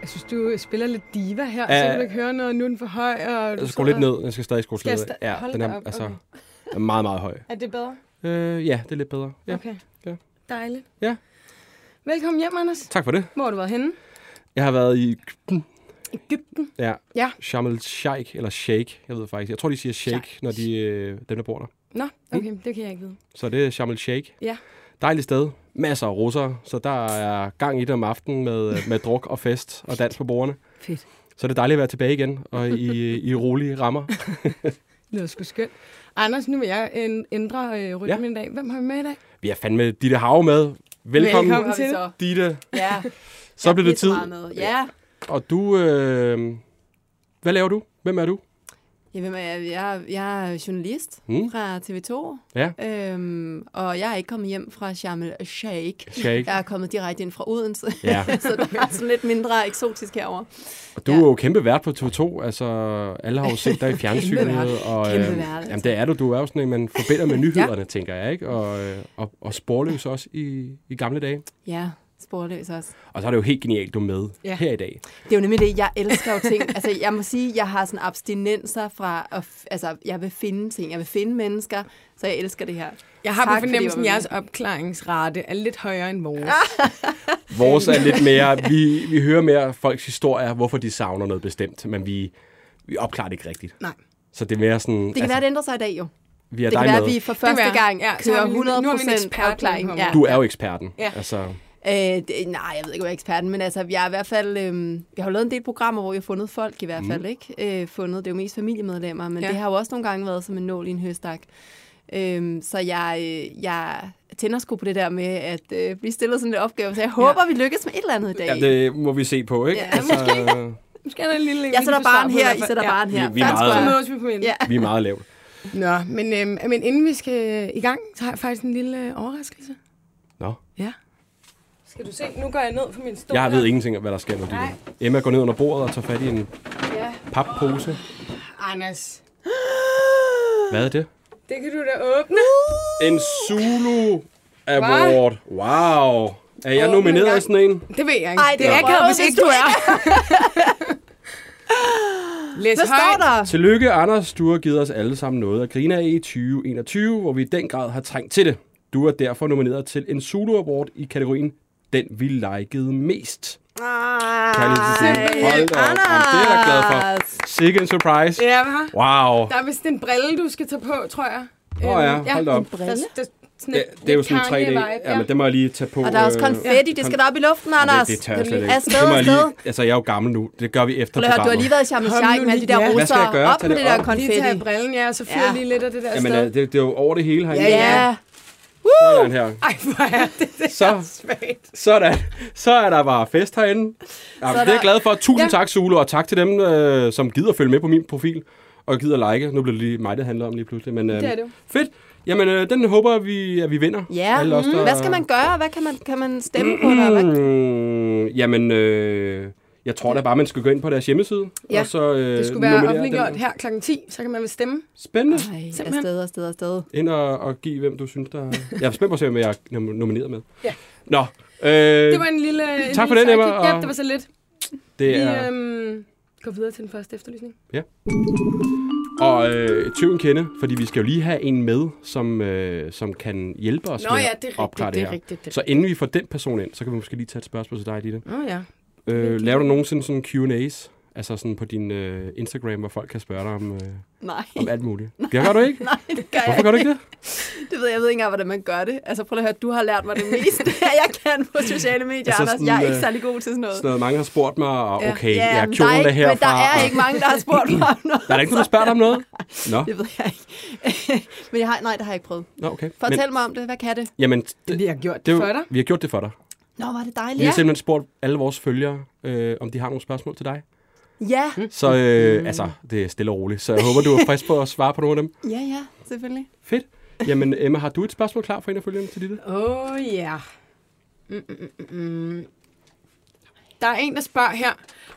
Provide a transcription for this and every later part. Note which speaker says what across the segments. Speaker 1: Jeg synes, du spiller lidt diva her,
Speaker 2: Ja.
Speaker 1: så kan du ikke høre noget, nu er den for høj. Og du
Speaker 2: Jeg Altså, skru
Speaker 1: sidder-
Speaker 2: lidt ned. Jeg skal stadig skrue
Speaker 1: Skal jeg
Speaker 2: lidt ned.
Speaker 1: sta-
Speaker 2: Ja,
Speaker 1: Hold
Speaker 2: den
Speaker 1: da
Speaker 2: er
Speaker 1: op,
Speaker 2: altså
Speaker 1: okay.
Speaker 2: er meget, meget høj.
Speaker 1: Er det bedre?
Speaker 2: Øh, ja, det er lidt bedre. Ja.
Speaker 1: Okay.
Speaker 2: Ja.
Speaker 1: Dejligt.
Speaker 2: Ja.
Speaker 1: Velkommen hjem, Anders.
Speaker 2: Tak for det.
Speaker 1: Hvor har du været henne?
Speaker 2: Jeg har været i Ægypten.
Speaker 1: Ægypten.
Speaker 2: Ja.
Speaker 1: Ja.
Speaker 2: Sharm el Sheikh, eller Sheikh, jeg ved faktisk. Jeg tror, de siger Sheikh,
Speaker 1: Sheikh.
Speaker 2: når de, øh, dem, der bor der.
Speaker 1: Nå,
Speaker 2: Mm.
Speaker 1: okay, det kan jeg ikke vide.
Speaker 2: Så det er Sharm el Sheikh.
Speaker 1: Ja.
Speaker 2: Dejligt sted. Masser af russere, så der er gang i det om aftenen med, øh, med druk og fest og dans på bordene.
Speaker 1: Fedt.
Speaker 2: Så det er dejligt at være tilbage igen og i, i rolige rammer.
Speaker 1: Det var sgu skønt. Anders, nu vil jeg øh, ændre øh, rytmen ja. i dag. Hvem har vi med i dag?
Speaker 2: Vi har fandme Ditte Hav med. Velkommen,
Speaker 1: Velkommen til.
Speaker 3: Så.
Speaker 2: Ditte.
Speaker 3: Ja,
Speaker 2: Så blev det tid.
Speaker 3: Med. Ja.
Speaker 2: Og du, øh, hvad laver du? Hvem er du?
Speaker 3: Jeg, ved, jeg, jeg, jeg er journalist
Speaker 2: Mm.
Speaker 3: mm. fra TV2,
Speaker 2: Ja.
Speaker 3: øhm, og jeg er ikke kommet hjem fra Sharm el Sheikh.
Speaker 2: Sheikh.
Speaker 3: Jeg er kommet direkte ind fra Odense,
Speaker 2: Ja.
Speaker 3: så det er sådan lidt mindre eksotisk herover.
Speaker 2: Og du ja. er jo kæmpe vært på TV2. Altså, alle har jo set dig i fjernsynet.
Speaker 3: vært.
Speaker 2: og,
Speaker 3: Kæmpe
Speaker 2: øh,
Speaker 3: vært. altså.
Speaker 2: Jamen, det er du. Du er jo sådan en, man forbinder med nyhederne, ja. tænker jeg. Ikke? Og, øh, og, og sporløs også i, i gamle dage.
Speaker 3: Ja, sporløs også.
Speaker 2: Og så er det jo helt genialt, du er med
Speaker 1: Ja.
Speaker 2: ja. her i dag.
Speaker 3: Det er jo nemlig det, jeg elsker jo ting. Altså, jeg må sige, jeg har sådan abstinenser fra, at, f- altså, jeg vil finde ting, jeg vil finde mennesker, så jeg elsker det her.
Speaker 1: Jeg har
Speaker 3: Tak,
Speaker 1: tak, på
Speaker 3: fordi
Speaker 1: fornemmelsen,
Speaker 3: I
Speaker 1: at
Speaker 3: var Ah.
Speaker 1: jeres opklaringsrate er lidt højere end vores.
Speaker 2: Vores er lidt mere... Vi, vi hører mere folks historier, hvorfor de savner noget bestemt. Men vi, vi opklarer det ikke rigtigt.
Speaker 1: Nej.
Speaker 2: Så det er mere sådan... altså,
Speaker 3: Det kan være, det ændrer sig i dag jo.
Speaker 2: vi er
Speaker 3: det
Speaker 2: dig
Speaker 3: kan være,
Speaker 2: med.
Speaker 3: at vi for første
Speaker 1: være.
Speaker 3: gang
Speaker 1: Ja, så
Speaker 3: kører
Speaker 1: har vi lige- nu har vi en
Speaker 3: 100%
Speaker 1: ekspert
Speaker 3: afklaring.
Speaker 1: på
Speaker 3: Ja.
Speaker 2: Du er jo eksperten.
Speaker 1: Ja.
Speaker 2: Altså,
Speaker 3: Øh, det, nej, jeg ved ikke, om jeg er eksperten, men altså, jeg er i hvert fald... Øh, jeg har jo lavet en del programmer, hvor jeg har fundet folk i hvert fald, mm. ikke? Øh, fundet, det er jo mest familiemedlemmer, men
Speaker 1: Ja.
Speaker 3: ja. det har jo også nogle gange været som en nål i en høstak. Øh, så jeg, øh, jeg tænder sgu på det der med at øh, blive stillet sådan en opgave, så jeg håber, ja. vi lykkes med et eller andet i dag.
Speaker 2: ja, det må vi se på, ikke?
Speaker 3: Ja,
Speaker 2: altså,
Speaker 1: Nu skal der en lille
Speaker 3: Jeg sætter barn her, I sætter
Speaker 1: bare.
Speaker 3: barn her.
Speaker 2: Vi- vi er
Speaker 3: Fast
Speaker 2: meget-
Speaker 1: Så
Speaker 3: square.
Speaker 1: mødes vi på midten.
Speaker 3: Ja.
Speaker 2: vi er meget lavt.
Speaker 1: Nå, men, øhm, men inden vi skal øh, i gang, så har jeg faktisk en lille øh, overraskelse.
Speaker 2: Nå.
Speaker 1: Ja. Skal du se, nu går jeg ned på min stol.
Speaker 2: Jeg
Speaker 1: her.
Speaker 2: ved ingenting om, hvad der sker nu. Ditte. Emma går ned under bordet og tager fat i en
Speaker 1: Ja.
Speaker 2: pappose.
Speaker 1: Anders,
Speaker 2: Hvad er det?
Speaker 1: det kan du da åbne. Uh!
Speaker 2: En Zulu Award. Wow. Er
Speaker 1: Åh,
Speaker 2: jeg
Speaker 1: men
Speaker 2: nomineret
Speaker 1: jeg-
Speaker 2: i sådan en?
Speaker 1: Det ved jeg ikke.
Speaker 3: Ej, det er
Speaker 1: akavet,
Speaker 3: røvet, hvis du
Speaker 1: er. Læs
Speaker 3: Hvad står
Speaker 1: højt.
Speaker 3: der?
Speaker 2: Tillykke, Anders. Du har givet os alle sammen noget at grine af i 2021, hvor vi i den grad har trængt til det. Du er derfor nomineret til en Zulu Award i kategorien Den vi likede mest.
Speaker 1: Ah,
Speaker 2: Kærlighed til Signe. Hold da op. Jamen, det er jeg da glad for. Sikke en surprise.
Speaker 1: Ja, hva'?
Speaker 2: Wow.
Speaker 1: Der er vist en brille, du skal tage på, tror jeg.
Speaker 2: Åh
Speaker 1: Øhm,
Speaker 2: ja, hold da op.
Speaker 1: Der, der, sådan
Speaker 2: Ja,
Speaker 1: et-
Speaker 2: det er jo
Speaker 1: lidt
Speaker 2: sådan en 3D.
Speaker 1: Kanye-vibe,
Speaker 2: Ja, men det må jeg lige tage på.
Speaker 3: Og der er også
Speaker 2: øh,
Speaker 3: konfetti, det skal da op i luften, Anders.
Speaker 2: Det, det tør jeg slet ikke.
Speaker 3: Afsted,
Speaker 2: Det må jeg
Speaker 3: afsted.
Speaker 2: lige, altså, jeg er jo gammel nu. Det gør vi efter
Speaker 3: Prøv lige at høre, du har
Speaker 2: programmet.
Speaker 3: lige været i Sharm el
Speaker 1: Kom nu
Speaker 3: Sheikh med alle de der
Speaker 1: lige, ja.
Speaker 2: Hvad skal jeg
Speaker 3: russere.
Speaker 2: gøre?
Speaker 3: Op
Speaker 2: Tag
Speaker 3: med
Speaker 2: det
Speaker 3: det der
Speaker 2: op.
Speaker 1: Lige tage
Speaker 3: konfetti.
Speaker 1: brillen, ja, og så fyrer
Speaker 3: Ja.
Speaker 1: lige lidt af det der
Speaker 2: Jamen,
Speaker 1: sted.
Speaker 2: øh, det, det, er jo over det hele herinde.
Speaker 1: Ja,
Speaker 3: Ja.
Speaker 2: Sådan her.
Speaker 1: Ej, hvor er det, det
Speaker 2: Så,
Speaker 1: er svagt.
Speaker 2: sådan. Så er der bare fest herinde. Jamen, det er jeg glad for. Tusind ja. tak, Zulu, og tak til dem, øh, som gider følge med på min profil og gider like. Nu blev det lige mig, det handler om lige pludselig. Men, øh,
Speaker 1: Det er det jo.
Speaker 2: Fedt. Jamen, øh, den håber vi, at vi vinder.
Speaker 3: Ja,
Speaker 2: Alle os,
Speaker 3: mm.
Speaker 2: der-
Speaker 3: hvad skal man gøre? Hvad kan man, kan man stemme på? Eller hvad?
Speaker 2: Mm, jamen, øh, jeg tror da bare, man skal gå ind på deres hjemmeside.
Speaker 1: Ja.
Speaker 2: og så, øh,
Speaker 1: Det skulle være
Speaker 2: nominere
Speaker 1: offentliggjort
Speaker 2: den.
Speaker 1: her kl. 10, så kan man vel stemme.
Speaker 2: Spændende.
Speaker 3: Ej,
Speaker 1: Simpelthen.
Speaker 3: afsted, afsted, afsted.
Speaker 2: Ind og, og give, hvem du synes, der... Jeg er spændt på at se, hvem jeg er nom- nomineret med.
Speaker 1: Ja.
Speaker 2: Nå, øh,
Speaker 1: Det var en lille... en
Speaker 2: tak for
Speaker 1: lille
Speaker 2: den, Emma,
Speaker 1: sidekick. Ja,
Speaker 2: og-
Speaker 1: det var så lidt.
Speaker 2: det
Speaker 1: Vi
Speaker 2: er...
Speaker 1: øhm, går videre til den første efterlysning.
Speaker 2: Og øh, tyven kende, fordi vi skal jo lige have en med, som, øh, som kan hjælpe os
Speaker 1: Nå
Speaker 2: med
Speaker 1: ja,
Speaker 2: at
Speaker 1: det er rigtigt,
Speaker 2: opklare
Speaker 1: det er
Speaker 2: her.
Speaker 1: rigtigt, det er
Speaker 2: Så inden vi får den person ind, så kan vi måske lige tage et spørgsmål til dig, Ditte.
Speaker 1: Åh oh, ja.
Speaker 2: Øh, laver du nogensinde sådan Q&A's? Altså sådan på din øh, Instagram, hvor folk kan spørge dig om, øh,
Speaker 3: Nej,
Speaker 2: om alt muligt. Det gør du ikke?
Speaker 3: nej, det gør jeg
Speaker 2: Hvorfor gør du ikke det?
Speaker 3: ikke. Det ved jeg, jeg ved ikke engang, hvordan man gør det. Altså prøv lige at høre, du har lært mig det meste, jeg kan på sociale medier,
Speaker 2: Altså,
Speaker 3: altså, Anders.
Speaker 2: sådan,
Speaker 3: Jeg er ikke
Speaker 2: øh,
Speaker 3: særlig god til sådan noget.
Speaker 2: Sådan noget, mange har spurgt mig, og
Speaker 3: Ja.
Speaker 2: okay,
Speaker 3: Ja,
Speaker 2: ja, ja
Speaker 3: men der er
Speaker 2: kjolen er
Speaker 3: ikke,
Speaker 2: herfra.
Speaker 3: Men der er
Speaker 2: og-
Speaker 3: ikke mange, der har spurgt mig om noget.
Speaker 2: Der er der ikke nogen, der spørger dig om noget? Nå,
Speaker 3: Det ved jeg ikke. men jeg har, nej, det har jeg ikke prøvet.
Speaker 2: Nå okay. Men,
Speaker 3: Fortæl mig om det. Hvad kan det?
Speaker 2: jamen, det,
Speaker 1: Vi har gjort
Speaker 2: det
Speaker 1: det
Speaker 2: er jo-
Speaker 1: for dig.
Speaker 2: vi har gjort det for dig.
Speaker 3: Nå, var det
Speaker 2: Vi
Speaker 3: dejligt.
Speaker 2: har
Speaker 3: Ja.
Speaker 2: simpelthen spurgt alle vores følgere, øh, om de har nogle spørgsmål til dig.
Speaker 3: Ja,
Speaker 2: Så
Speaker 1: Mm.
Speaker 2: øh, altså, det er stille og roligt. Så jeg håber, du er frisk på at svare på nogle af dem.
Speaker 3: ja, ja, selvfølgelig.
Speaker 2: Fedt. Jamen, Emma, har du et spørgsmål klar for en af følgende til dit?
Speaker 1: Åh, oh, ja. Mm, mm, mm, mm. Der er en, der spørger her,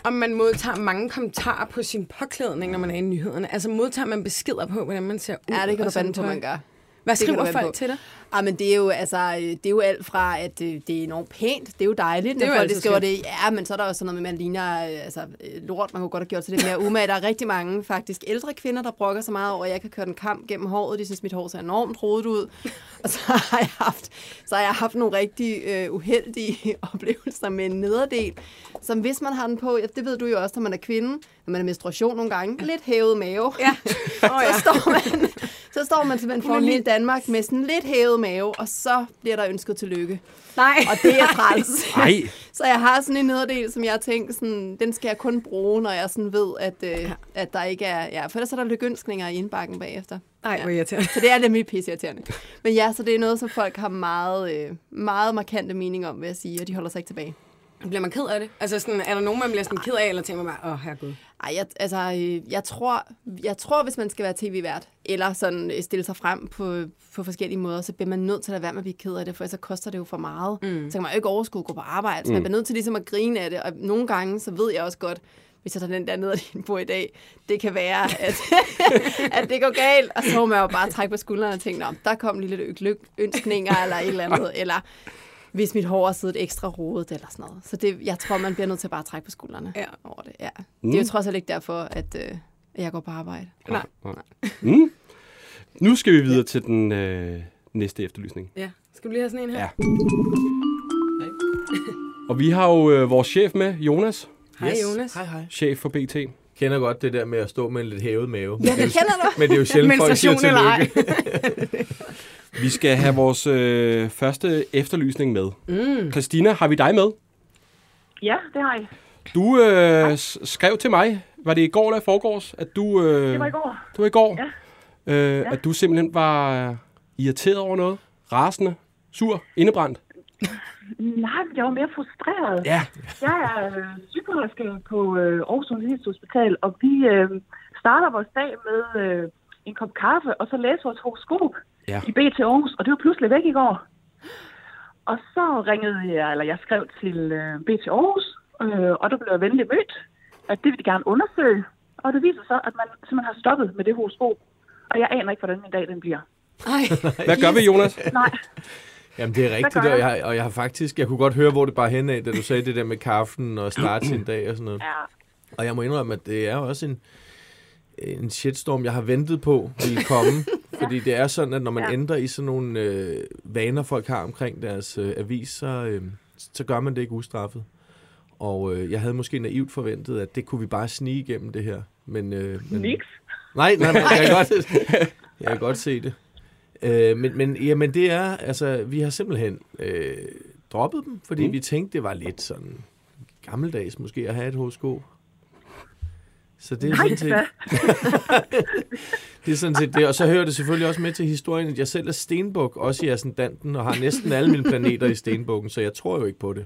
Speaker 1: om man modtager mange kommentarer på sin påklædning, når man er i nyhederne. Altså modtager man beskeder på, hvordan man ser ud?
Speaker 3: Ja, det kan
Speaker 1: og
Speaker 3: du
Speaker 1: sådan
Speaker 3: fandme på,
Speaker 1: tøj?
Speaker 3: man gør.
Speaker 1: Hvad
Speaker 3: Det kan
Speaker 1: skriver
Speaker 3: du fandme
Speaker 1: folk
Speaker 3: på.
Speaker 1: til dig?
Speaker 3: Ah, men det er jo, altså, øh, det er jo alt fra, at øh, det er enormt pænt, det er jo dejligt,
Speaker 1: er
Speaker 3: når
Speaker 1: jo
Speaker 3: folk
Speaker 1: altid
Speaker 3: de skriver det. Ja, men så er der også sådan noget med, man ligner øh, altså, øh, lort, man kunne godt have gjort til det mere umage. Der er rigtig mange faktisk ældre kvinder, der brokker så meget over, at jeg kan køre den kamp gennem håret. De synes, mit hår ser enormt rodet ud. Og så har jeg haft, så har jeg haft nogle rigtig øh, uheldige oplevelser med en nederdel, som hvis man har den på, ja, det ved du jo også, når man er kvinde, når man er menstruation nogle gange, lidt hævet mave. Ja.
Speaker 1: Åh, ja.
Speaker 3: så, står man, så står man simpelthen foran
Speaker 1: lige-
Speaker 3: hele Danmark med sådan lidt hævet mave, og så bliver der ønsket tillykke.
Speaker 1: Nej.
Speaker 3: Og det er træls.
Speaker 2: Nej.
Speaker 3: så jeg har sådan en nederdel, som jeg tænker, sådan, den skal jeg kun bruge, når jeg sådan ved, at, øh, at der ikke er... Ja, for ellers er der lykønskninger i indbakken bagefter.
Speaker 1: Nej, hvor irriterende.
Speaker 3: Så det er nemlig pisseirriterende. Men ja, så det er noget, som folk har meget, øh, meget markante mening om, vil jeg sige, og de holder sig ikke tilbage.
Speaker 1: Bliver man ked af det? Altså, sådan, er der nogen, man bliver sådan ked af, eller tænker man bare, åh, oh, herregud.
Speaker 3: Ej, jeg, altså, øh, jeg tror, jeg tror, hvis man skal være tv-vært, eller sådan øh, stille sig frem på, på forskellige måder, så bliver man nødt til at lade være med at blive ked af det, for ellers så koster det jo for meget. Mm. Så kan man jo ikke overskue at gå på arbejde, så man bliver nødt til ligesom at grine af det, og nogle gange, så ved jeg også godt, hvis jeg tager den der ned af din på i dag, det kan være, at, at det går galt. Og så må man jo bare trække på skuldrene og tænke, Nå, der kom lige lidt lyk- ønskninger eller et eller andet, eller hvis mit hår er siddet ekstra rodet eller sådan noget. Så det, jeg tror, man bliver nødt til at bare trække på skuldrene
Speaker 1: Ja.
Speaker 3: over det. Ja. Mm. Det er jo trods alt ikke derfor, at øh, jeg går på arbejde.
Speaker 1: Nej.
Speaker 2: Mm. Nu skal vi videre til den øh, næste efterlysning.
Speaker 1: Ja. Skal du lige have sådan en her?
Speaker 2: Ja. Og vi har jo øh, vores chef med, Jonas,
Speaker 1: Hej, Jonas.
Speaker 4: Hej, hej.
Speaker 2: chef for BT.
Speaker 4: Kender godt det der med at stå med en lidt hævet mave.
Speaker 3: Ja, det kender du.
Speaker 4: Men det er jo sjældent, folk siger
Speaker 1: Menstruation eller ej.
Speaker 4: tillykke.
Speaker 2: Vi skal have vores øh, første efterlysning med. Mm. Christina, har vi dig med?
Speaker 5: Ja, det har jeg.
Speaker 2: Du øh, s- skrev til mig, var det i går eller i forgårs, at du... Øh,
Speaker 5: Det var i går.
Speaker 2: Det var i går. Ja. Øh, At du simpelthen var øh, irriteret over noget. Rasende. Sur. Indebrændt.
Speaker 5: Nej, men jeg var mere frustreret.
Speaker 2: Ja.
Speaker 5: Jeg er øh, sygeplejerske på øh, Aarhus Universitetshospital, og vi øh, starter vores dag med øh, en kop kaffe, og så læser vores horoskop
Speaker 2: Ja.
Speaker 5: i BT Aarhus, og det var pludselig væk i går. Og så ringede jeg, eller jeg skrev til øh, BT Aarhus, øh, og der blev jeg venligt mødt, at det vil de gerne undersøge. Og det viser sig, at man simpelthen har stoppet med det horoskop, og jeg aner ikke, hvordan min dag den bliver.
Speaker 2: Hvad gør vi, Jonas?
Speaker 5: Nej,
Speaker 4: Jamen, det er rigtigt,
Speaker 5: gør
Speaker 4: og jeg, har, og jeg har faktisk... Jeg kunne godt høre, hvor det bare hen af, da du sagde det der med kaffen og starte sin dag og sådan noget.
Speaker 5: ja.
Speaker 4: Og jeg må indrømme, at det er jo også en, en shitstorm, jeg har ventet på ville komme. fordi det er sådan, at når man ja.
Speaker 5: Ja.
Speaker 4: ændrer i sådan nogle øh, vaner, folk har omkring deres øh, avis, så, øh, så gør man det ikke ustraffet. Og øh, jeg havde måske naivt forventet, at det kunne vi bare snige igennem det her. Men, øh, men,
Speaker 5: Niks.
Speaker 4: Nej, nej, nej, jeg kan godt, jeg kan godt se det. Øh, men, men, jamen, det er, altså, vi har simpelthen øh, droppet dem, fordi mm. vi tænkte, det var lidt sådan gammeldags måske at have et horoskop. Så det er sådan set... det er sådan set det. Og så hører det selvfølgelig også med til historien, at jeg selv er stenbuk, også i ascendanten, og har næsten alle mine planeter i stenbukken, så jeg tror jo ikke på det.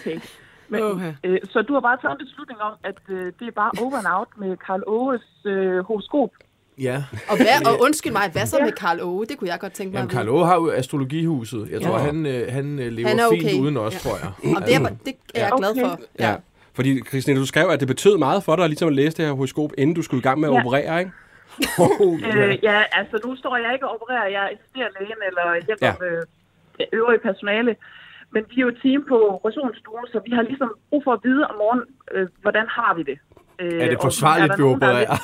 Speaker 5: Okay. Men,
Speaker 1: Åha.
Speaker 5: øh, så du har bare taget en beslutning om, at øh, det er bare over and out med Karl Åges øh, horoskop.
Speaker 4: Ja,
Speaker 3: Og, hvad, og undskyld mig, hvad så med Karl Åge? Det kunne jeg godt tænke mig
Speaker 4: Jamen,
Speaker 3: at
Speaker 4: Karl
Speaker 3: vide.
Speaker 4: Åge har jo astrologihuset. Jeg tror,
Speaker 2: Ja.
Speaker 4: han, øh, han øh, lever
Speaker 3: Han er
Speaker 4: fint
Speaker 3: okay.
Speaker 4: uden os, ja. tror jeg.
Speaker 3: Og det er, det er jeg
Speaker 4: Ja.
Speaker 3: glad for.
Speaker 5: Okay.
Speaker 2: Ja. Fordi, Christina, du skrev, at det betød meget for dig ligesom at læse det her horoskop, inden du skulle i gang med at
Speaker 5: Ja.
Speaker 2: operere, ikke?
Speaker 5: Øh, ja, altså nu står jeg ikke og opererer. Jeg assisterer lægen eller hjælper ja. øh, det øvrige personale. Men vi er jo et team på operationsstuen, så vi har ligesom brug for at vide om morgenen, øh, hvordan har vi det. Øh,
Speaker 4: Er det
Speaker 5: og er
Speaker 4: forsvarligt,
Speaker 5: der
Speaker 4: vi
Speaker 5: nogen, der er
Speaker 4: opererer?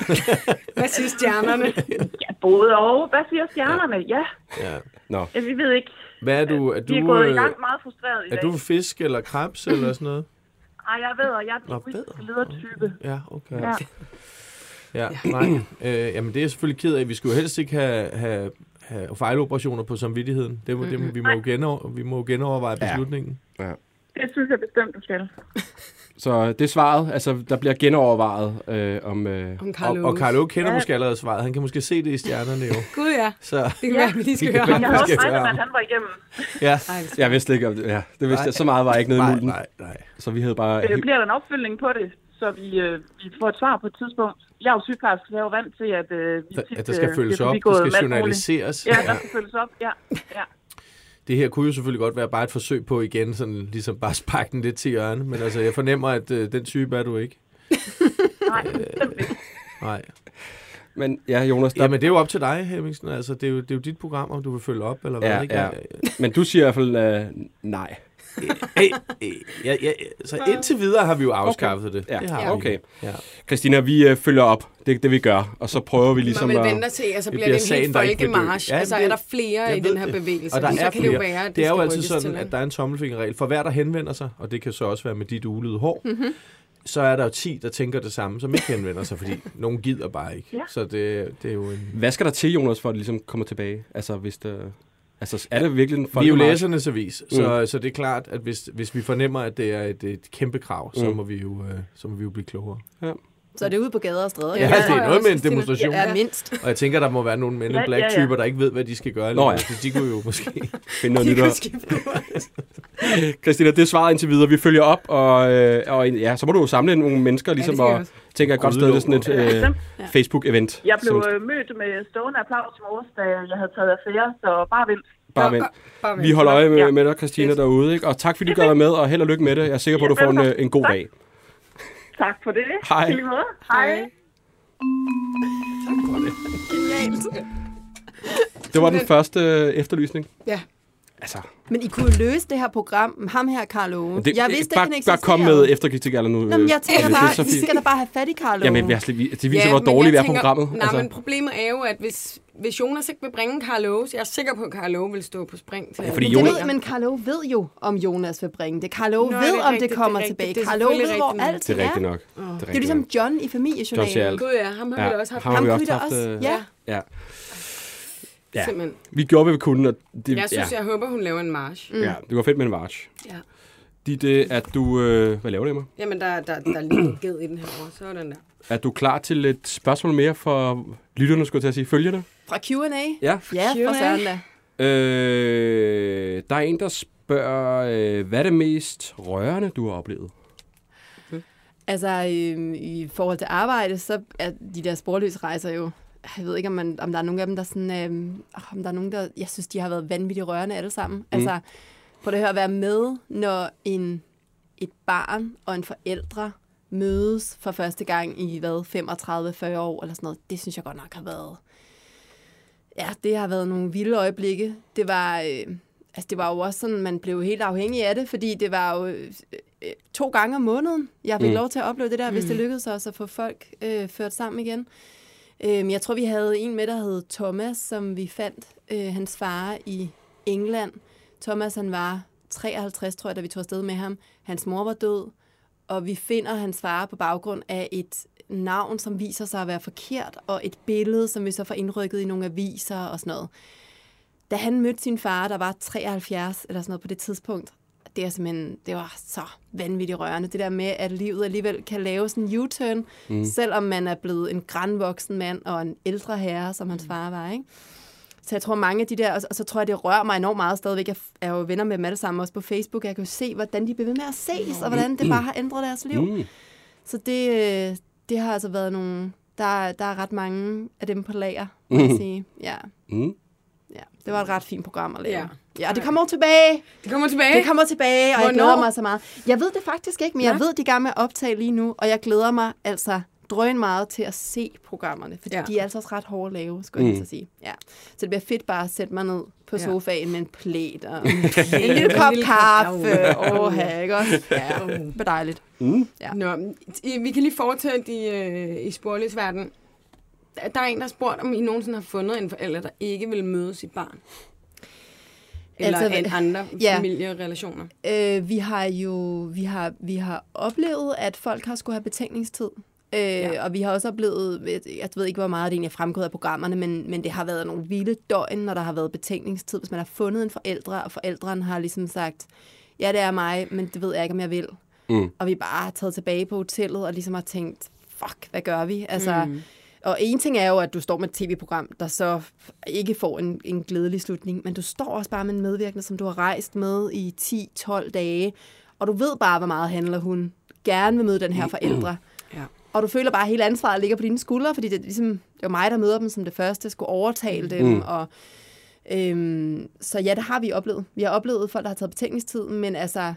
Speaker 1: Hvad siger stjernerne?
Speaker 5: lidt- Ja, både og. Hvad siger stjernerne? Ja,
Speaker 4: ja.
Speaker 2: Nå.
Speaker 5: ja vi ved ikke.
Speaker 4: Hvad er du? Er du,
Speaker 5: Vi er gået i
Speaker 4: øh,
Speaker 5: gang meget frustreret i
Speaker 4: er
Speaker 5: dag.
Speaker 4: du fisk eller krebs eller sådan noget?
Speaker 5: Ej, jeg ved, og jeg er
Speaker 4: Nå,
Speaker 5: den
Speaker 4: bedre.
Speaker 5: ledertype.
Speaker 4: Ja, okay.
Speaker 5: Ja.
Speaker 4: ja nej. Øh, jamen, det er jeg selvfølgelig ked af. Vi skulle jo helst ikke have, have, have fejloperationer på samvittigheden. Det, må, det, må- vi, må jo genov, vi må jo genoverveje beslutningen.
Speaker 5: Det synes jeg bestemt, du skal.
Speaker 2: Så øh, det er svaret. Altså, der bliver genovervejet øh, om... Øh,
Speaker 1: Om Carl
Speaker 4: Og, og
Speaker 1: Aage.
Speaker 4: Carlo kender
Speaker 5: Ja.
Speaker 4: måske allerede svaret. Han kan måske se det i stjernerne jo.
Speaker 1: Gud ja,
Speaker 4: Så
Speaker 1: det kan være, vi lige skal
Speaker 4: Det kan
Speaker 1: høre ham.
Speaker 5: Jeg havde
Speaker 4: skal
Speaker 5: også regnet
Speaker 4: gøre.
Speaker 5: med, at han var igennem.
Speaker 4: ja.
Speaker 2: jeg vidste ikke om det. Ja, det vidste
Speaker 4: Nej.
Speaker 2: jeg. Så meget var jeg ikke nede i
Speaker 4: Nej,
Speaker 2: mulden.
Speaker 4: nej, nej.
Speaker 2: Så vi havde bare...
Speaker 5: Øh, bliver der en opfølgning på det, så vi, øh, vi får et svar på et tidspunkt? Jeg er jo sygeplejerske, så jeg er jo vant til, at, øh, vi
Speaker 4: At der skal
Speaker 5: øh,
Speaker 4: følges
Speaker 5: bliver
Speaker 4: op,
Speaker 5: forbigået
Speaker 4: det
Speaker 5: med alt
Speaker 4: skal
Speaker 5: muligt.
Speaker 4: journaliseres.
Speaker 5: Ja, der skal følges op, ja. ja.
Speaker 4: Det her kunne jo selvfølgelig godt være bare et forsøg på igen, sådan ligesom bare sparke den lidt til hjørne. Men altså, jeg fornemmer, at øh, den type er du ikke.
Speaker 5: Nej, bestemt ikke.
Speaker 4: Nej.
Speaker 2: Men ja, Jonas, der,
Speaker 4: Jamen, det er jo op til dig, Hemmingsen. Altså, det er, jo, det er jo dit program, om du vil følge op, eller hvad.
Speaker 2: Ja,
Speaker 4: ikke?
Speaker 2: ja.
Speaker 4: Jeg,
Speaker 2: men du siger i hvert fald øh, nej.
Speaker 4: jeg, jeg, jeg, så indtil videre har vi jo afskaffet det.
Speaker 2: Ja,
Speaker 4: det har
Speaker 2: ja.
Speaker 4: vi.
Speaker 2: okay.
Speaker 4: Ja.
Speaker 2: Christina, vi øh, følger op. Det er det, vi gør. Og så prøver vi
Speaker 1: Man
Speaker 2: ligesom
Speaker 1: vil
Speaker 2: at...
Speaker 1: vente og se, og så altså, bliver
Speaker 4: bliver
Speaker 1: det en helt
Speaker 4: sagen, der ikke vil dø.
Speaker 1: folkemarsch.
Speaker 4: Ja,
Speaker 1: altså,
Speaker 4: det-
Speaker 1: er der flere
Speaker 4: Jeg
Speaker 1: i
Speaker 4: ved
Speaker 1: den her
Speaker 4: det.
Speaker 1: bevægelse? Altså,
Speaker 4: Og der
Speaker 1: så
Speaker 4: er
Speaker 1: kan
Speaker 4: flere.
Speaker 1: det jo være, at det,
Speaker 4: det er jo
Speaker 1: skal
Speaker 4: altid
Speaker 1: rykkes
Speaker 4: sådan,
Speaker 1: til,
Speaker 4: at der er en tommelfingerregel. For hver, der henvender sig, og det kan så også være med dit ulede hår,
Speaker 1: Mhm.
Speaker 4: mm-hmm. så er der jo 10, der tænker det samme, som ikke henvender sig, fordi nogen gider bare ikke. Ja.
Speaker 5: Ja.
Speaker 4: Så det, det er jo en...
Speaker 2: Hvad skal der til, Jonas, for at det ligesom kommer tilbage? Altså, hvis det... Altså, er det virkelig en
Speaker 4: Vi er jo
Speaker 2: folkemarch?
Speaker 4: læsernes avis,
Speaker 2: Mm.
Speaker 4: så, så det er klart, at hvis, hvis vi fornemmer, at det er et, et kæmpe krav, så,
Speaker 2: Mm.
Speaker 4: må vi jo, øh, så må vi jo blive klogere.
Speaker 3: Så er det ude på gader og stræder.
Speaker 4: Ja,
Speaker 1: det
Speaker 4: det
Speaker 1: tror
Speaker 4: er
Speaker 1: jeg
Speaker 4: noget
Speaker 1: også,
Speaker 4: med en
Speaker 1: Christina.
Speaker 4: demonstration.
Speaker 3: Ja, mindst.
Speaker 4: Og jeg tænker, der må være nogle men
Speaker 5: Ja,
Speaker 4: in
Speaker 5: ja,
Speaker 4: black-typer,
Speaker 5: ja.
Speaker 4: der ikke ved, hvad de skal gøre.
Speaker 2: Nå
Speaker 4: lige nu. De kunne jo måske...
Speaker 2: Finde noget
Speaker 1: De
Speaker 2: nyt
Speaker 1: kan
Speaker 2: at-
Speaker 1: skifte ud.
Speaker 2: Christina, det er svaret indtil videre. Vi følger op, og, øh, og ja, så må du jo samle nogle mennesker, ligesom,
Speaker 1: skal jeg
Speaker 2: ja, og
Speaker 1: også.
Speaker 2: tænker et godt sted, det er sådan et øh, Facebook-event.
Speaker 5: Jeg blev
Speaker 2: som-
Speaker 5: øh, mødt med stående applaus i morges, da jeg havde taget affære, så bare vent.
Speaker 2: bare vent.
Speaker 1: Bare vent.
Speaker 2: Vi holder øje med,
Speaker 5: Ja.
Speaker 2: med dig, Christina, derude. Ikke? Og tak, fordi du gør dig med, og held og lykke med det. Jeg er sikker på, at du
Speaker 5: Ja,
Speaker 2: får en, øh,
Speaker 5: velkommen.
Speaker 2: en god
Speaker 5: Tak.
Speaker 2: dag.
Speaker 5: Tak for det.
Speaker 2: Hej.
Speaker 5: I lige måde. Hej.
Speaker 2: Det var den første øh, efterlysning.
Speaker 1: Ja.
Speaker 2: Altså,
Speaker 3: Men I kunne løse det her program, ham her, Karl Aage.
Speaker 2: det,
Speaker 3: jeg vidste
Speaker 2: bare,
Speaker 3: ikke, han
Speaker 2: bare
Speaker 3: eksisterede.
Speaker 2: kom med efterkritik eller nu.
Speaker 3: Nå, men jeg tænker
Speaker 2: Alice.
Speaker 3: bare,
Speaker 2: Øh, Det er så
Speaker 3: I
Speaker 2: fint.
Speaker 3: skal da bare have fat i Karl Aage.
Speaker 2: Jamen, vi har slet- vi- det viser,
Speaker 1: Ja,
Speaker 2: hvor
Speaker 1: men jeg
Speaker 2: dårlige vi er på
Speaker 1: tænker-
Speaker 2: programmet.
Speaker 1: Nej,
Speaker 2: altså.
Speaker 1: men problemet er jo, at hvis, hvis Jonas ikke vil bringe Carl Aage, så jeg er sikker på, at Carl Aage vil stå på spring. Til
Speaker 2: Ja, fordi
Speaker 3: Men,
Speaker 2: Jonas-
Speaker 3: Jonas... ved, men Carlo ved jo, om Jonas vil bringe det. Carlo
Speaker 1: Nå,
Speaker 3: ved,
Speaker 1: det
Speaker 3: det
Speaker 1: er
Speaker 3: om
Speaker 1: rigtigt,
Speaker 3: det kommer
Speaker 1: det er
Speaker 3: tilbage.
Speaker 1: rigtigt. Det er
Speaker 3: Carlo ved,
Speaker 1: selvfølgelig
Speaker 3: hvor
Speaker 1: rigtigt nok.
Speaker 3: alt
Speaker 2: det er rigtigt
Speaker 3: er.
Speaker 2: nok. Det er,
Speaker 3: Det er
Speaker 2: rigtigt
Speaker 3: ligesom
Speaker 2: nok. John
Speaker 3: John i
Speaker 2: siger alt.
Speaker 3: familiejournalen.
Speaker 1: Gud ja, ham har vi da også haft.
Speaker 2: ham har
Speaker 3: Ham
Speaker 2: vi
Speaker 3: kunne
Speaker 2: også
Speaker 3: der
Speaker 2: haft.
Speaker 3: også-
Speaker 2: øh,
Speaker 3: ja.
Speaker 2: ja. Ja.
Speaker 1: Ja. Simpelthen.
Speaker 2: Vi gjorde, hvad vi kunne. Og det,
Speaker 1: Jeg synes,
Speaker 2: ja.
Speaker 1: jeg håber, hun laver en march.
Speaker 2: Ja, det var fedt med en march.
Speaker 1: Ja.
Speaker 2: Dit, øh, at du, øh, hvad laver du, Emma?
Speaker 1: Jamen, der, der, der er lige en ged i den her år. Sådan der.
Speaker 2: Er du klar til et spørgsmål mere for lytterne, skulle jeg til at sige, følgerne?
Speaker 3: Fra Q&A?
Speaker 2: Ja.
Speaker 3: Ja, fra
Speaker 1: Q&A.
Speaker 3: Søren da.
Speaker 2: Øh, der er en, der spørger, øh, hvad er det mest rørende, du har oplevet?
Speaker 3: Altså, øhm, i forhold til arbejde, så er de der sporløsrejser jo... Jeg ved ikke, om, man, om der er nogen af dem, der sådan... Øhm, åh, om der er nogen, der... Jeg synes, de har været vanvittigt rørende alle sammen. Altså, prøv at høre at være med, når en, et barn og en forældre mødes for første gang i, hvad, 35-40 år eller sådan noget. Det synes jeg godt nok har været... Ja, det har været nogle vilde øjeblikke. Det var, øh, altså det var jo også sådan, man blev helt afhængig af det, fordi det var jo øh, øh, to gange om måneden, jeg fik mm. lov til at opleve det der, hvis det lykkedes os at få folk øh, ført sammen igen. Øhm, jeg tror, vi havde en med, der hed Thomas, som vi fandt øh, hans far i England. Thomas, han var 53, tror jeg, da vi tog afsted med ham. Hans mor var død, og vi finder hans far på baggrund af et navn, som viser sig at være forkert, og et billede, som vi så får indrykket i nogle aviser og sådan noget. Da han mødte sin far, der var 73 eller sådan noget på det tidspunkt, det, er simpelthen, det var så vanvittigt rørende, det der med, at livet alligevel kan lave sådan en U-turn, mm. selvom man er blevet en grandvoksen mand og en ældre herre, som hans far var, ikke? Så jeg tror mange af de der, og så- og så tror jeg, det rører mig enormt meget stadigvæk. Jeg f- er jo venner med dem alle sammen, også på Facebook. Jeg kan jo se, hvordan de bliver ved med at ses, og hvordan det bare har ændret deres liv.
Speaker 2: Mm.
Speaker 3: Så det, øh, det har altså været nogle... Der, der er ret mange af dem på lager, må jeg sige. Ja,
Speaker 2: Mm.
Speaker 3: ja, det var et ret fint program at lave.
Speaker 1: Ja.
Speaker 3: Ja, ja det kommer jo tilbage.
Speaker 1: Det kommer tilbage.
Speaker 3: Det kommer tilbage, og jeg
Speaker 1: Hvornår?
Speaker 3: glæder mig så meget. Jeg ved det faktisk ikke, men jeg
Speaker 1: Nej.
Speaker 3: ved, de er i gang med at optage lige nu, og jeg glæder mig altså drøn meget til at se programmerne, fordi
Speaker 1: Ja.
Speaker 3: ja. de er altså også ret hårde at lave, skulle jeg mm. sige. Ja. Så det bliver fedt bare at sætte mig ned på
Speaker 1: Ja.
Speaker 3: sofaen med en plæt og en lille kop
Speaker 1: lille kop
Speaker 3: kaffe.
Speaker 1: kaffe.
Speaker 3: Åh, oh, ikke også? Ja, det var dejligt. Ja.
Speaker 1: Nå, men i- vi kan lige fortsætte i, øh, i sporløsverdenen. Der der er en, der har spurgt, om I nogensinde har fundet en forælder, der ikke vil møde sit barn. Eller
Speaker 3: Altså,
Speaker 1: altså, andre ja.
Speaker 3: ja.
Speaker 1: familierelationer.
Speaker 3: Øh, vi har jo vi har, vi har oplevet, at folk har skulle have betænkningstid. Øh, ja. Og vi har også oplevet, jeg ved ikke, hvor meget det egentlig er fremgået af programmerne, men, men det har været nogle vilde døgn, når der har været betænkningstid, hvis man har fundet en forældre, og forældrene har ligesom sagt, ja, det er mig, men det ved jeg ikke, om jeg vil. Mm. Og vi er bare taget tilbage på hotellet og ligesom har tænkt, fuck, hvad gør vi? Altså, mm. Og en ting er jo, at du står med et tv-program, der så ikke får en, en glædelig slutning, men du står også bare med en medvirkende, som du har rejst med i 10-12 dage, og du ved bare, hvor meget handler hun gerne vil møde den her forældre.
Speaker 1: Ja.
Speaker 3: Og du føler bare, at hele ansvaret ligger på dine skuldre, fordi det er ligesom, det var mig, der møder dem som det første, skulle overtale dem. Mm. Og, øhm, så ja, det har vi oplevet. Vi har oplevet folk, der har taget betænkningstid, men altså,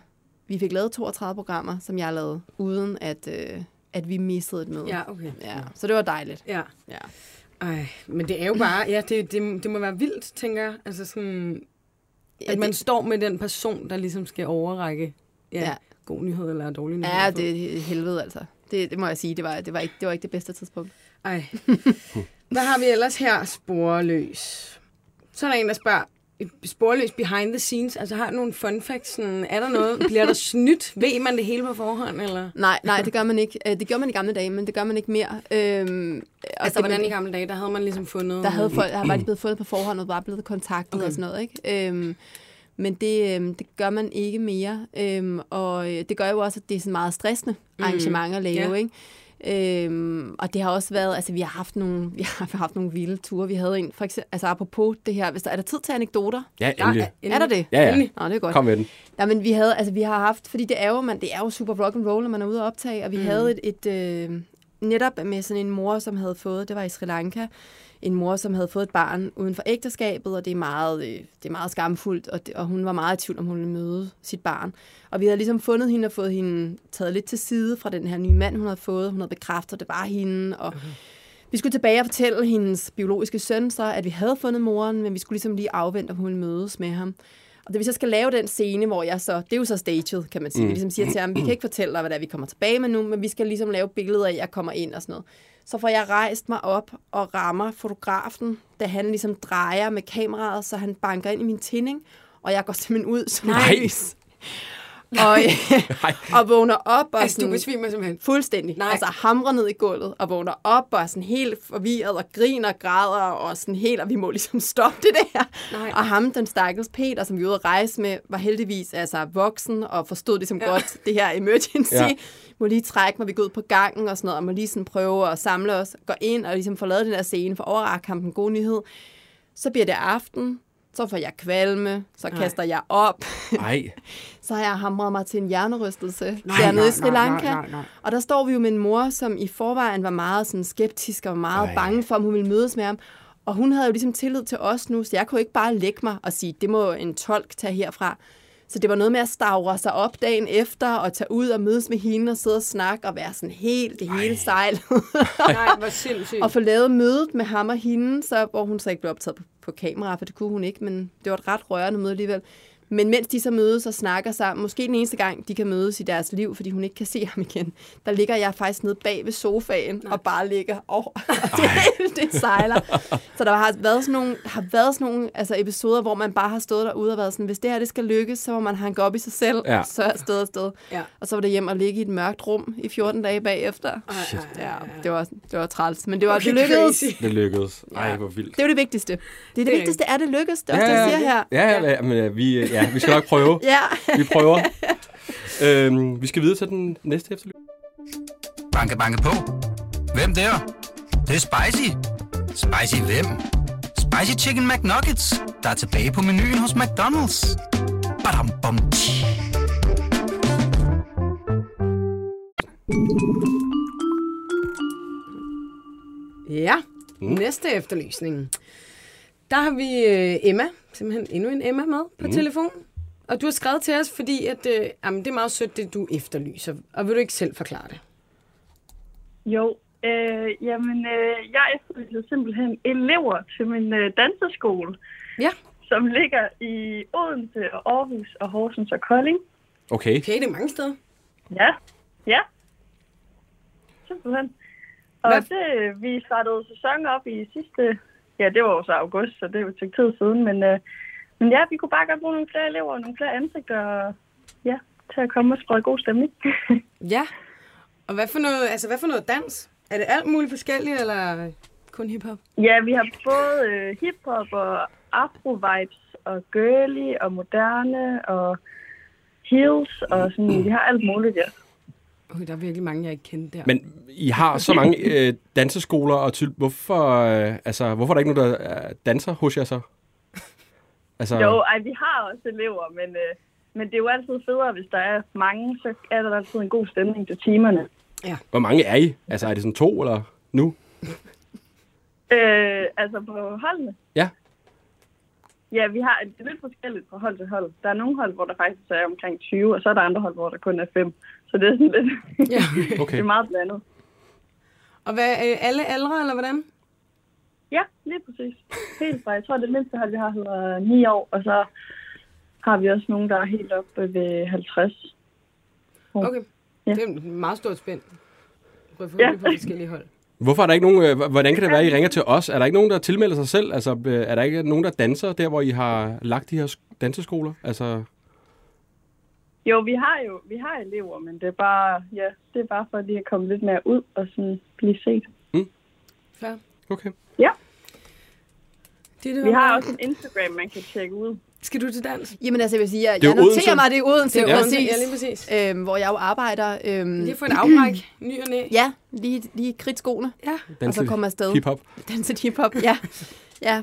Speaker 3: vi fik lavet 32 programmer, som jeg lavede, uden at, øh, at vi missede et møde.
Speaker 1: Ja, okay.
Speaker 3: ja. Så det var dejligt.
Speaker 1: Ja.
Speaker 3: Ja.
Speaker 1: Ej, men det er jo bare, ja, det, det, det må være vildt, tænker jeg. Altså sådan, at man
Speaker 3: det-
Speaker 1: står med den person, der ligesom skal overrække ja, ja.
Speaker 3: Ja.
Speaker 1: god nyhed eller dårlig nyhed.
Speaker 3: Ja, det er helvede altså. Det, det må jeg sige, det var, det, var ikke, det var ikke det bedste tidspunkt.
Speaker 1: Ej. Hvad har vi ellers her? Sporløs. Så er der en, der spørger, sporløs behind the scenes, altså har du nogle fun facts? Sådan, er der noget? Bliver der snydt? Ved man det hele på forhånd? Eller?
Speaker 3: Nej, nej, det gør man ikke. Øh, Det gjorde man i gamle dage, men det gør man ikke mere. Øhm, og
Speaker 1: Altså,
Speaker 3: det-
Speaker 1: hvordan i gamle dage, der havde man ligesom fundet...
Speaker 3: Der havde folk, der var de blevet fundet på forhånd, og var blevet kontaktet okay. og sådan noget, ikke? Øhm, men det, øhm, det gør man ikke mere, øhm, og øh, det gør jo også, at det er sådan meget stressende arrangement at lave,
Speaker 1: Ja.
Speaker 3: ikke? Øhm, og det har også været, altså vi har haft nogle, vi har haft nogle vilde ture. Vi havde en, for eksempel, altså apropos det her, hvis der er der tid til anekdoter?
Speaker 2: Ja, endelig.
Speaker 3: Er der det?
Speaker 2: Ja, ja.
Speaker 3: Endelig. Nå, det er godt.
Speaker 2: Kom med den.
Speaker 3: Ja, men vi havde, altså vi har haft, fordi det er jo, man, det er jo super rock and roll, når man er ude og optage, og vi mm. havde et, et øh, netop med sådan en mor, som havde fået, det var i Sri Lanka, en mor, som havde fået et barn uden for ægteskabet, og det er meget, øh, det er meget skamfuldt, og, det, og hun var meget i tvivl, om hun ville møde sit barn. Og vi havde ligesom fundet hende og fået hende taget lidt til side fra den her nye mand, hun havde fået. Hun havde bekræftet, at det var hende, og... Vi skulle tilbage og fortælle hendes biologiske søn så, at vi havde fundet moren, men vi skulle ligesom lige afvente, om hun ville mødes med ham. Og da vi så skal lave den scene, hvor jeg så, det er jo så staged, kan man sige. Mm. Vi ligesom siger til ham, vi kan ikke fortælle dig, hvad det er, vi kommer tilbage med nu, men vi skal ligesom lave billeder af, at jeg kommer ind og sådan noget. Så får jeg rejst mig op og rammer fotografen, da han ligesom drejer med kameraet, så han banker ind i min tænding, og jeg går simpelthen ud som
Speaker 2: Nej.
Speaker 3: lys. Og, og vågner op og
Speaker 1: Altså, du
Speaker 3: sådan-
Speaker 1: besvimer simpelthen.
Speaker 3: Fuldstændig.
Speaker 1: Nej.
Speaker 3: Nej. Altså hamrer ned i gulvet og vågner op og er sådan helt forvirret og griner og græder og sådan helt, og vi må ligesom stoppe det der.
Speaker 1: Nej.
Speaker 3: Og ham, den stakkels Peter, som vi var ude at rejse med, var heldigvis altså voksen og forstod ligesom ja. godt det her emergency.
Speaker 2: Ja.
Speaker 3: Ja. Må lige trække mig, vi går ud på gangen og sådan noget, og må lige sådan prøve at samle os, gå ind og ligesom få lavet den der scene for at overrække ham den gode nyhed. Så bliver det aften, så får jeg kvalme, så
Speaker 1: Nej.
Speaker 3: kaster jeg op,
Speaker 2: Ej.
Speaker 3: så har jeg hamret mig til en hjernerystelse nej, dernede
Speaker 1: nej,
Speaker 3: i Sri
Speaker 1: nej,
Speaker 3: Lanka.
Speaker 1: nej, nej, nej.
Speaker 3: Og der står vi jo med en mor, som i forvejen var meget sådan, skeptisk og meget
Speaker 2: Ej.
Speaker 3: Ej. bange for, om hun ville mødes med ham. Og hun havde jo ligesom tillid til os nu, så jeg kunne ikke bare lægge mig og sige, det må en tolk tage herfra. Så det var noget med at stavre sig op dagen efter og tage ud og mødes med hende og sidde og snakke og være sådan helt, det hele sejlet.
Speaker 1: Nej, hvor sindssygt.
Speaker 3: og få lavet mødet med ham og hende, så, hvor hun så ikke blev optaget på, på kamera, for det kunne hun ikke, men det var et ret rørende møde alligevel. Men mens de så mødes og snakker sammen, måske den eneste gang, de kan mødes i deres liv, fordi hun ikke kan se ham igen, der ligger jeg faktisk nede bag ved sofaen Nej. og bare ligger over. Oh, det, hele, det sejler. Så der har været sådan nogle, har været sådan nogle altså episoder, hvor man bare har stået derude og været sådan, hvis det her det skal lykkes, så må man hanke op i sig selv,
Speaker 2: Ja.
Speaker 3: ja. så afsted og sted.
Speaker 1: Ja.
Speaker 3: Og så var det hjem og ligge i et mørkt rum i 14 dage bagefter.
Speaker 1: Shit.
Speaker 3: Ja, det var, det var træls, men det var,
Speaker 1: Okay,
Speaker 3: okay, det lykkedes.
Speaker 1: crazy.
Speaker 2: Det lykkedes. Ej, hvor vildt.
Speaker 3: Det er jo det vigtigste. Det er det,
Speaker 1: Det er
Speaker 3: vigtigste, er det lykkedes. Det er også det, jeg siger her.
Speaker 2: Ja, ja, ja, men, øh, vi, øh, ja, vi skal nok prøve.
Speaker 3: Ja.
Speaker 2: Vi prøver. øhm, vi skal videre til den næste efterlyd.
Speaker 6: Banke, banke på. Hvem der? Det, det er spicy. Spicy hvem? Spicy Chicken McNuggets, der er tilbage på menuen hos McDonald's. Badum, bom, tji.
Speaker 1: Ja, mm. næste efterlysning. Der har vi øh, Emma, simpelthen endnu en Emma med på mm. telefon. Og du har skrevet til os, fordi at, øh, jamen, det er meget sødt, det du efterlyser. Og vil du ikke selv forklare det?
Speaker 5: Jo, øh, jamen, øh, jeg efterlyser simpelthen elever til min øh, danseskole,
Speaker 1: Ja,
Speaker 5: som ligger i Odense og Aarhus og Horsens og Kolding.
Speaker 2: Okay.
Speaker 1: okay, det er mange steder.
Speaker 5: Ja, ja. Simpelthen. Og
Speaker 1: Hvad-
Speaker 5: Hvad? det, vi startede sæsonen op i sidste... Ja, det var jo så august, så det er jo et stykke tid siden, men, øh, men ja, vi kunne bare godt bruge nogle flere elever og nogle flere ansigter, og ja, til at komme og sprede god stemning.
Speaker 1: Ja. Og hvad for noget, altså, hvad for noget dans? Er det alt muligt forskelligt, eller kun hiphop?
Speaker 5: ja, vi har både øh, hiphop og afro-vibes og girly og moderne og Hills, og sådan, vi har alt muligt, ja.
Speaker 1: Okay, der er virkelig mange, jeg ikke kendte der.
Speaker 2: Men I har så mange øh, danseskoler, og til, hvorfor, øh, altså, hvorfor er der ikke nogen, der øh, danser hos jer så? Altså,
Speaker 5: Jo, ej, vi har også elever, men, øh, men det er jo altid federe, hvis der er mange, så er der altid en god stemning til timerne.
Speaker 2: hvor mange er I? Altså, er det sådan to eller nu?
Speaker 5: Øh, altså på holdene?
Speaker 2: Ja.
Speaker 5: Ja, vi har det er lidt forskelligt fra hold til hold. Der er nogle hold, hvor der faktisk er omkring 20, og så er der andre hold, hvor der kun er 5. Så det er sådan lidt,
Speaker 1: Ja.
Speaker 5: det
Speaker 2: Okay.
Speaker 5: er meget blandet.
Speaker 1: Og hvad, øh, alle aldre, eller hvordan?
Speaker 5: Ja, lige præcis. Helt fra, jeg tror, det mindste hold, vi har, hedder 9 år, og så har vi også nogen, der er helt oppe ved 50.
Speaker 1: Okay.
Speaker 5: Ja.
Speaker 1: Det er et meget stort spænd. Selvfølgelig på forskellige hold.
Speaker 2: Hvorfor er der ikke nogen, øh, h- hvordan kan det være, at I ringer til os? Er der ikke nogen, der tilmelder sig selv? Altså, øh, er der ikke nogen, der danser der, hvor I har lagt de her sk- danseskoler? Altså,
Speaker 5: Jo, vi har jo vi har elever, men det er bare, ja, det er bare for lige at komme lidt mere ud og sådan blive set.
Speaker 1: Fair.
Speaker 2: okay.
Speaker 1: Det, det
Speaker 5: Vi har også en Instagram, man kan tjekke ud.
Speaker 1: Skal du til dans?
Speaker 3: Jamen altså, jeg vil sige, jeg,
Speaker 2: Det er
Speaker 3: jeg
Speaker 2: jo
Speaker 3: noterer
Speaker 2: Odense.
Speaker 3: mig, at det er Odense,
Speaker 1: Det er jo
Speaker 3: præcis.
Speaker 1: Ja, lige præcis.
Speaker 3: Øhm, hvor jeg jo arbejder. Øhm,
Speaker 1: Lige få et afbræk, ny og næ.
Speaker 3: ja, lige, lige kridt skoene,
Speaker 1: ja.
Speaker 3: og så kommer afsted.
Speaker 2: Hip-hop.
Speaker 3: Danse til hiphop, ja. ja.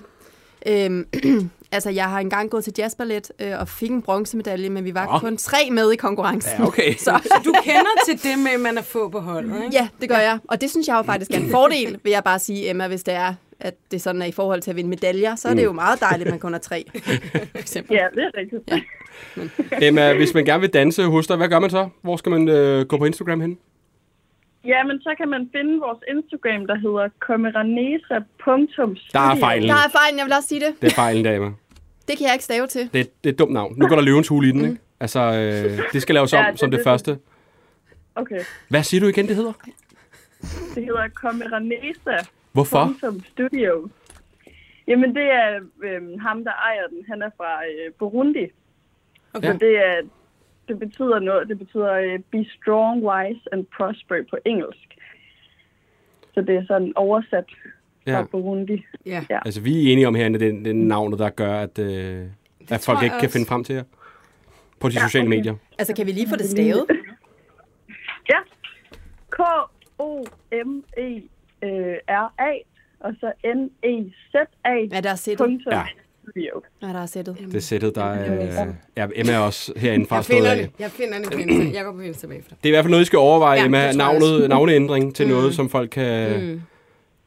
Speaker 3: Øhm, altså, jeg har engang gået til jazzballet øh, og fik en bronzemedalje, men vi var
Speaker 2: Nå.
Speaker 3: kun tre med i konkurrencen.
Speaker 2: Ja, okay.
Speaker 3: Så,
Speaker 1: Du kender til det med, at man er få på holdet, ikke?
Speaker 3: ja, det gør jeg. Og det synes jeg jo faktisk er en fordel, vil jeg bare sige, Emma, hvis det er, at det sådan er i forhold til at vinde medaljer, så er det jo meget dejligt, at man kun er tre. For eksempel.
Speaker 5: Ja, det er rigtigt.
Speaker 3: Ja.
Speaker 5: Ja.
Speaker 2: Emma, øh, hvis man gerne vil danse hos dig, hvad gør man så? Hvor skal man øh, gå på Instagram hen?
Speaker 5: ja, men så kan man finde vores Instagram, der hedder komeranesa.studio.
Speaker 2: Der er fejlen.
Speaker 3: Der er fejlen, jeg vil også sige det.
Speaker 2: Det er fejlen, der, Emma.
Speaker 3: Det kan jeg ikke stave til.
Speaker 2: Det, er- det er et dumt navn. Nu går der løvens hul i den, ikke? Altså, øh, det skal laves om
Speaker 5: Ja,
Speaker 2: ja,
Speaker 5: det er
Speaker 2: det, som det,
Speaker 5: det.
Speaker 2: første.
Speaker 5: Okay,
Speaker 2: Hvad siger du igen, det hedder?
Speaker 5: det hedder komeranesa.studio.
Speaker 2: Hvorfor?
Speaker 5: Jamen, det er øh, ham, der ejer den. Han er fra øh, Burundi.
Speaker 1: Okay.
Speaker 5: Okay. Så det, er, det betyder noget. Det betyder øh, be strong, wise and prosper på engelsk. Så det er sådan oversat fra
Speaker 2: Ja.
Speaker 5: Burundi.
Speaker 1: ja.
Speaker 5: Ja.
Speaker 2: Altså, vi er enige om herinde, det, er- det er navnet, der gør, at, øh, at folk
Speaker 1: jeg
Speaker 2: ikke kan
Speaker 1: også.
Speaker 2: finde frem til jer. På de sociale medier.
Speaker 3: Altså, kan vi lige få det stavet?
Speaker 5: Ja. K-O-M-E-R-A og så
Speaker 3: Ja,
Speaker 5: N-E-Z-A.
Speaker 3: der er sættet.
Speaker 5: punktum
Speaker 2: Ja.
Speaker 5: studio.
Speaker 3: Ja, der er sættet.
Speaker 2: Det er sættet, der er... Øh, ja, Emma er også herinde fra
Speaker 1: Jeg finder
Speaker 2: stået af.
Speaker 1: det. Jeg finder det på Insta. Jeg går på Insta bagefter.
Speaker 2: Det er i hvert fald noget, I skal overveje,
Speaker 1: Ja,
Speaker 2: ja,
Speaker 1: det tror
Speaker 2: Emma.
Speaker 1: jeg
Speaker 2: Navnet, navneændring til mm. noget, som folk kan, mm.
Speaker 1: Mm.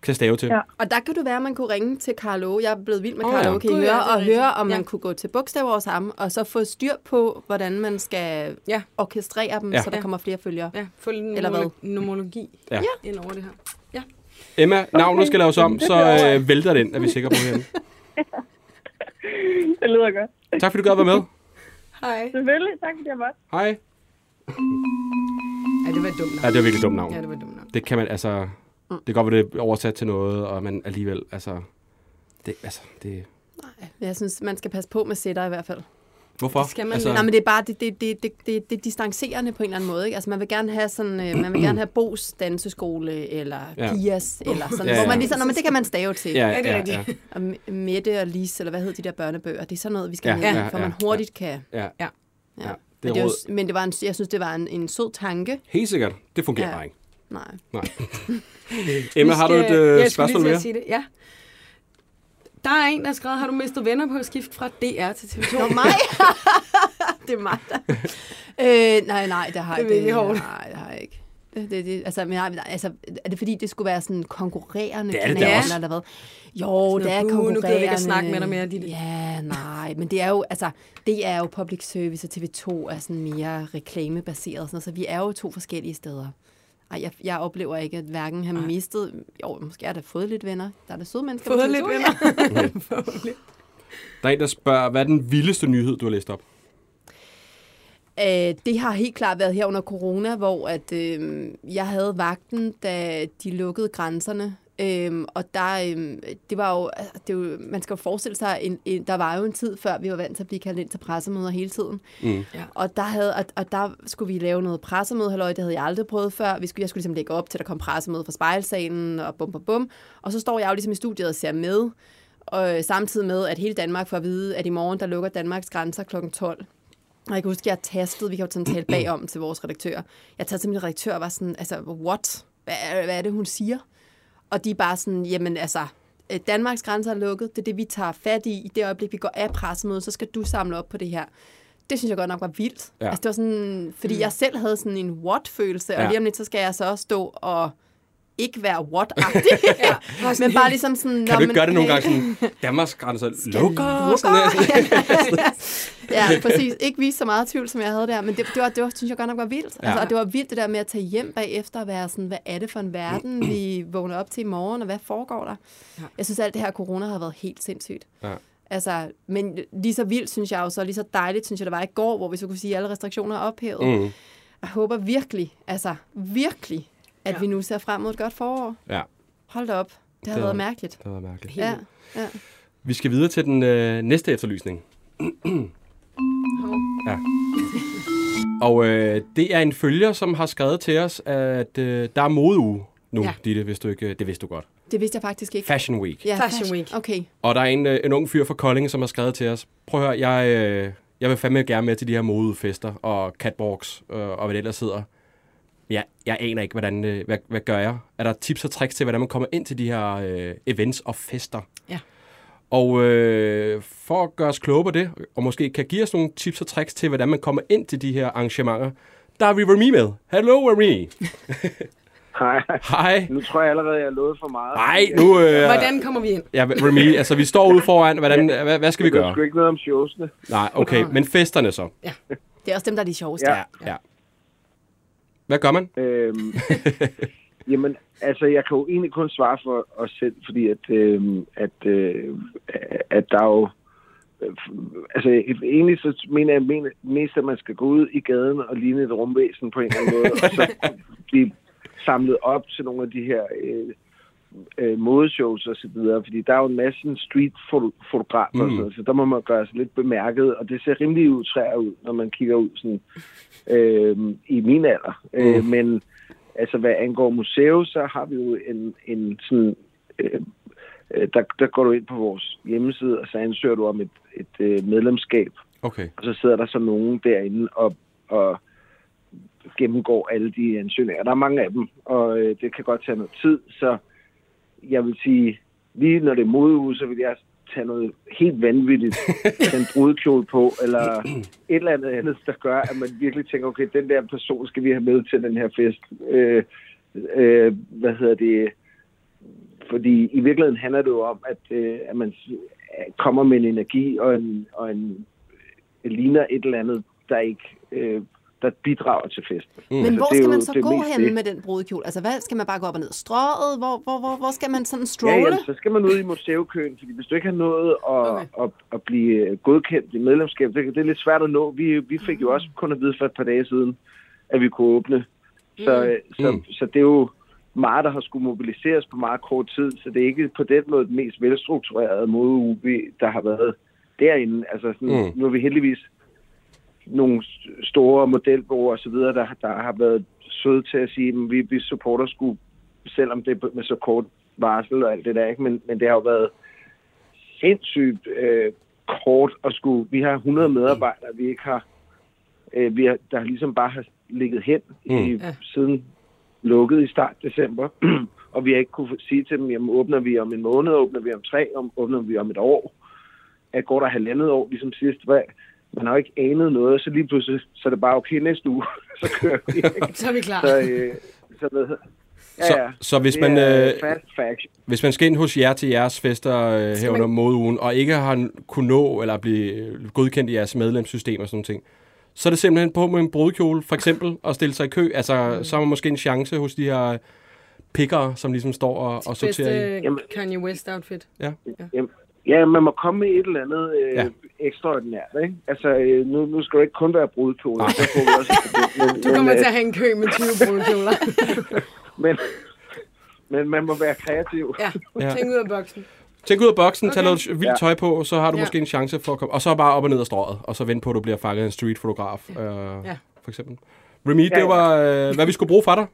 Speaker 2: kan stave til. Ja.
Speaker 5: Ja.
Speaker 3: Og der kan du være, at man kunne ringe til Carlo. Jeg er blevet vild med
Speaker 2: Åh,
Speaker 3: Carlo,
Speaker 2: ja.
Speaker 3: kan I
Speaker 1: Gud, ja,
Speaker 3: høre,
Speaker 1: det er
Speaker 3: og
Speaker 1: rigtigt.
Speaker 3: høre, om
Speaker 1: Ja.
Speaker 3: man kunne gå til bogstaver hos ham, og så få styr på, hvordan man skal
Speaker 1: Ja.
Speaker 3: orkestrere dem,
Speaker 2: Ja.
Speaker 3: så der
Speaker 1: Ja.
Speaker 3: kommer flere følgere.
Speaker 1: Ja, få lidt
Speaker 3: Eller hvad?
Speaker 1: nomolo- nomologi
Speaker 2: Ja.
Speaker 1: ind over det her.
Speaker 2: Emma, navnet skal laves om, så
Speaker 5: bliver
Speaker 2: øh, vælter den, er vi sikre på herinde.
Speaker 5: Det lyder godt.
Speaker 2: Tak fordi du gad at være med.
Speaker 1: Hej.
Speaker 5: Selvfølgelig. Tak fordi jeg måtte.
Speaker 2: Hej.
Speaker 1: Ja, det var et dumt
Speaker 2: Ja,
Speaker 1: navn.
Speaker 2: det er virkelig et dumt navn.
Speaker 1: Ja, det var et dumt navn.
Speaker 2: Det kan man, altså... Det kan godt være, det er oversat til noget, og man alligevel, altså... Det, altså, det...
Speaker 3: Jeg synes, man skal passe på med sætter i hvert fald.
Speaker 2: Hvorfor?
Speaker 1: Det skal man
Speaker 2: altså,
Speaker 1: Ja.
Speaker 3: Nej, men det er bare det, det, det, det, det, det er distancerende på en eller anden måde. Ikke? Altså, man vil gerne have sådan, øh, man vil gerne have Bos danseskole, eller
Speaker 2: Ja.
Speaker 3: ja. Pias, eller sådan,
Speaker 2: Ja,
Speaker 3: ja,
Speaker 2: ja.
Speaker 3: hvor man lige sådan, "Nå, men det kan man stave til.
Speaker 2: Ja,
Speaker 1: Ja, det er
Speaker 2: ja,
Speaker 1: rigtigt.
Speaker 2: ja,
Speaker 3: Og M- Mette og Lis, eller hvad hedder de der børnebøger, det er sådan noget, vi skal
Speaker 2: Ja,
Speaker 3: ja, ned,
Speaker 2: ja,
Speaker 3: ja, for
Speaker 2: ja,
Speaker 3: man
Speaker 2: ja.
Speaker 3: hurtigt kan.
Speaker 2: ja, ja.
Speaker 1: Ja.
Speaker 2: ja. Det
Speaker 3: Men,
Speaker 2: er
Speaker 3: det var,
Speaker 2: råd.
Speaker 3: men det var en, jeg synes, det var en, en sød tanke.
Speaker 2: Helt sikkert. Det fungerer ja.
Speaker 3: Ja.
Speaker 2: bare ikke.
Speaker 3: Nej.
Speaker 2: Nej. Emma, har du et øh, spørgsmål
Speaker 1: mere?
Speaker 2: mere?
Speaker 1: Sige det. Ja. Der er en, der har skrevet, har du mistet venner på at skifte fra DR til TV2?
Speaker 3: Nå, mig? det er mig, der... Øh, nej, nej, det har jeg
Speaker 1: Det er
Speaker 3: ikke.
Speaker 1: virkelig hårdt.
Speaker 3: Nej, det har jeg ikke. Det, det, det, altså, men, nej, altså, er det fordi, det skulle være sådan konkurrerende?
Speaker 2: Det er det da
Speaker 3: kanaler,
Speaker 2: også.
Speaker 3: Eller hvad? Jo,
Speaker 1: noget,
Speaker 3: det er
Speaker 1: "Buh, nu gider vi
Speaker 3: konkurrerende.
Speaker 1: ikke at snakke med dig mere, dit-
Speaker 3: Ja, nej, men det er jo, altså, det er jo public service, og TV2 er sådan mere reklamebaseret, og sådan noget, så vi er jo to forskellige steder. Ej, jeg, jeg oplever ikke, at hverken har mistet... Jo, måske har jeg da fået lidt venner. Der er da søde mennesker på
Speaker 1: Fået
Speaker 3: TV2,
Speaker 1: lidt
Speaker 3: ja.
Speaker 1: venner.
Speaker 2: Der er en, der spørger, hvad er den vildeste nyhed, du har læst op?
Speaker 3: Øh, det har helt klart været her under corona, hvor at, øh, jeg havde vagten, da de lukkede grænserne. Øhm, og der, øhm, det var jo, altså, det var, man skal jo forestille sig, en, en, der var jo en tid før, vi var vant til at blive kaldt ind til pressemøder hele tiden. Mm.
Speaker 1: Ja.
Speaker 3: Og, der havde, og, og der skulle vi lave noget pressemøde, halløj, det havde jeg aldrig prøvet før. Vi skulle, jeg skulle ligesom lægge op til, at der kom pressemøde fra spejlsalen, og bum, bum, bum. Og så står jeg jo ligesom i studiet og ser med, og, øh, samtidig med, at hele Danmark får at vide, at i morgen, der lukker Danmarks grænser kl. 12. Og jeg kan huske, jeg tastede, vi kan jo sådan tale bagom til vores redaktør. Jeg tastede min redaktør og var sådan, altså, what? Hvad, er- hvad er det, hun siger? Og de er bare sådan, jamen altså, øh, Danmarks grænser er lukket, det er det, vi tager fat i. I det øjeblik, vi går af pressemødet, så skal du samle op på det her. Det synes jeg godt nok var vildt.
Speaker 2: Ja. Mm.
Speaker 3: Ja. Altså, det var sådan, fordi jeg selv havde sådan en what-følelse, og
Speaker 2: Ja.
Speaker 3: lige om lidt, så skal jeg så også stå og ikke være what-agtig. ja. Men bare ligesom sådan... "Nå,
Speaker 2: Kan du ikke
Speaker 3: men
Speaker 2: gøre det nogle
Speaker 3: hey."
Speaker 2: gange sådan, Danmarks grænser lukker? og Sådan der?
Speaker 3: lukker. ja, præcis. Ikke vise så meget tvivl, som jeg havde der, men det, det, var, det var, synes jeg godt nok var vildt.
Speaker 2: Ja.
Speaker 3: Ja. Altså, og det var vildt det der med at tage hjem bagefter og være sådan, hvad er det for en verden, vi vågner op til i morgen, og hvad foregår der? Ja. Jeg synes, alt det her corona har været helt sindssygt.
Speaker 2: Ja.
Speaker 3: Altså, men lige så vildt, synes jeg jo så, lige så dejligt, synes jeg, det var i går, hvor vi så kunne sige, at alle restriktioner er ophævet.
Speaker 2: Mhm.
Speaker 3: Jeg håber virkelig, altså virkelig, at
Speaker 1: Ja.
Speaker 3: ja. vi nu ser frem mod et godt forår.
Speaker 2: Ja,
Speaker 3: Hold da op. Det har
Speaker 2: Det-
Speaker 3: været mærkeligt.
Speaker 2: det var mærkeligt.
Speaker 3: Ja, ja.
Speaker 2: Vi skal videre til den øh, næste efterlysning. ja. Og øh, det er en følger, som har skrevet til os, at øh, der er modeuge nu, ja.
Speaker 1: Ja.
Speaker 2: Ditte, hvis du ikke, øh, det vidste du godt.
Speaker 3: Det vidste jeg faktisk ikke.
Speaker 2: Fashion Week.
Speaker 3: Ja,
Speaker 1: Fashion Week.
Speaker 3: Okay.
Speaker 2: Og der er en, øh, en ung fyr fra Kolding, som har skrevet til os. Prøv at høre, jeg, øh, jeg vil fandme gerne med til de her modefester og catwalks øh, og hvad det ellers hedder. Men Jeg, jeg aner ikke, hvordan, øh, hvad, hvad gør jeg? Er der tips og tricks til, hvordan man kommer ind til de her øh, events og fester?
Speaker 1: Ja.
Speaker 2: Og øh, for at gøre os kloge på det, og måske kan give os nogle tips og tricks til, hvordan man kommer ind til de her arrangementer, der er vi Remy med. Hello, Remy.
Speaker 7: Hej.
Speaker 2: Hej.
Speaker 7: Nu tror jeg allerede, jeg lovede for meget.
Speaker 2: Nej, nu... Øh,
Speaker 1: Hvordan kommer vi ind?
Speaker 2: Ja, Remy, altså vi står ude foran. Hvordan, hvad, hvad skal vi
Speaker 7: Jeg ved
Speaker 2: gøre?
Speaker 7: sgu ikke noget om showsene.
Speaker 2: Nej, okay. Men festerne så?
Speaker 3: Det er også dem, der er de sjoveste.
Speaker 7: Ja.
Speaker 2: Ja. Hvad gør man?
Speaker 7: Øhm, jamen, altså, jeg kan jo egentlig kun svare for os selv, fordi at, øhm, at, øh, at der er jo... øh, Altså, egentlig så mener jeg men- mest, at man skal gå ud i gaden og ligne et rumvæsen på en eller anden måde, og så blive samlet op til nogle af de her øh, øh, modeshows og så videre, fordi der er jo en masse sådan street-fotografer, mm. og
Speaker 2: Mm.
Speaker 7: sådan, noget, så der må man gøre sig lidt bemærket, og det ser rimelig utræer ud, når man kigger ud sådan, øh, i min alder. Øh, men altså, hvad angår museum, så har vi jo en, en sådan... Øh, øh, der, der går du ind på vores hjemmeside, og så ansøger du om et, et øh, medlemskab,
Speaker 2: Okay.
Speaker 7: og så sidder der så nogen derinde og, og gennemgår alle de ansøgninger. Der er mange af dem, og øh, det kan godt tage noget tid, så jeg vil sige, lige når det er modeuge, så vil jeg tage noget helt vanvittigt, en brudekjole på, eller et eller andet andet, der gør, at man virkelig tænker, okay, den der person skal vi have med til den her fest. Øh, øh, hvad hedder det? Fordi i virkeligheden handler det jo om, at, øh, at man s- kommer med en energi og en, og en øh, ligner et eller andet, der ikke øh, der bidrager til festen. Mm.
Speaker 3: Men hvor skal man så gå hen
Speaker 7: det.
Speaker 3: med den brudekjole? Altså, hvad skal man bare gå op og ned ad strøget? Hvor, hvor, hvor, hvor skal man sådan
Speaker 7: Ja,
Speaker 3: strolle?
Speaker 7: jamen, så skal man ud i museukøen, fordi hvis du ikke har nået at, okay. at, at blive øh, godkendt i medlemskab, det, det er lidt svært at nå. Vi, vi fik jo også kun at vide for et par dage siden, at vi kunne åbne. Så, mm. så,
Speaker 2: Mm.
Speaker 7: så, så det er jo meget, der har skulle mobiliseres på meget kort tid, så det er ikke på den måde den mest velstrukturerede måde, UB, der har været derinde. Altså sådan,
Speaker 2: Mm.
Speaker 7: mm. nu er vi heldigvis nogle s- store modelbureauer og så videre, der, der har været søde til at sige, at vi, vi supporter skulle, selvom det er med så kort varsel og alt det der, ikke? Men, men det har jo været sindssygt øh, kort at skulle, vi har 100 medarbejdere, vi ikke har, øh, vi har der ligesom bare har ligget hen i,
Speaker 1: Ja.
Speaker 7: siden lukket i start december, og vi har ikke kunne sige til dem, jamen åbner vi om en måned, åbner vi om tre, om, åbner vi om et år, at går der halvandet år, ligesom sidst, hvad, man har jo ikke anet noget, så lige pludselig, så er det bare, okay, næste uge, så kører vi. ikke?
Speaker 1: Så er vi klar.
Speaker 7: så, øh, så, hvad hedder-
Speaker 2: Så- så hvis man,
Speaker 7: er
Speaker 2: øh,
Speaker 7: Fast fashion.
Speaker 2: Hvis man skal ind hos jer til jeres fester øh, her under modeugen, og ikke har n- kunne nå eller blive øh, godkendt i jeres medlemssystem og sådan nogle ting, så er det simpelthen på med en brudekjole, for eksempel, og stille sig i kø. Altså,
Speaker 7: Mm.
Speaker 2: så har man måske en chance hos de her pikkere, som ligesom står og, og sorterer i.
Speaker 1: Bedste
Speaker 7: Jamen-
Speaker 1: Kanye West outfit.
Speaker 7: Ja, man må komme med et eller andet øh,
Speaker 2: Ja.
Speaker 7: ja. ekstraordinært, ikke? Altså, øh, nu, nu skal det ikke kun være brudekjole. Så får vi også, men,
Speaker 1: Du kommer
Speaker 7: men, øh,
Speaker 1: til at have en kø med 20 brudekjoler.
Speaker 7: men, men man må være kreativ.
Speaker 1: ja,
Speaker 2: Ja.
Speaker 1: tænk ud af boksen.
Speaker 2: Tænk ud af boksen, okay. tag
Speaker 1: Okay.
Speaker 2: noget vildt
Speaker 7: Ja.
Speaker 2: tøj på, så har du ja.
Speaker 1: Ja.
Speaker 2: måske en chance for at komme. Og så bare op og ned af strået, og så vente på, at du bliver fanget af en streetfotograf, øh, ja.
Speaker 1: Ja.
Speaker 2: for eksempel. Remy, ja,
Speaker 7: ja.
Speaker 2: det var, øh, hvad vi skulle bruge fra dig.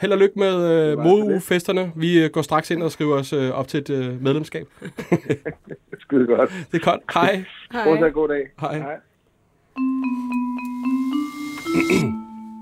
Speaker 2: Held og lykke med øh,
Speaker 7: var så
Speaker 2: modeugefesterne. Vi øh, går straks ind og skriver os øh, op til et øh, medlemskab.
Speaker 7: Skide godt.
Speaker 2: Det er godt. Hej.
Speaker 7: Fortsat god dag.
Speaker 2: Hej.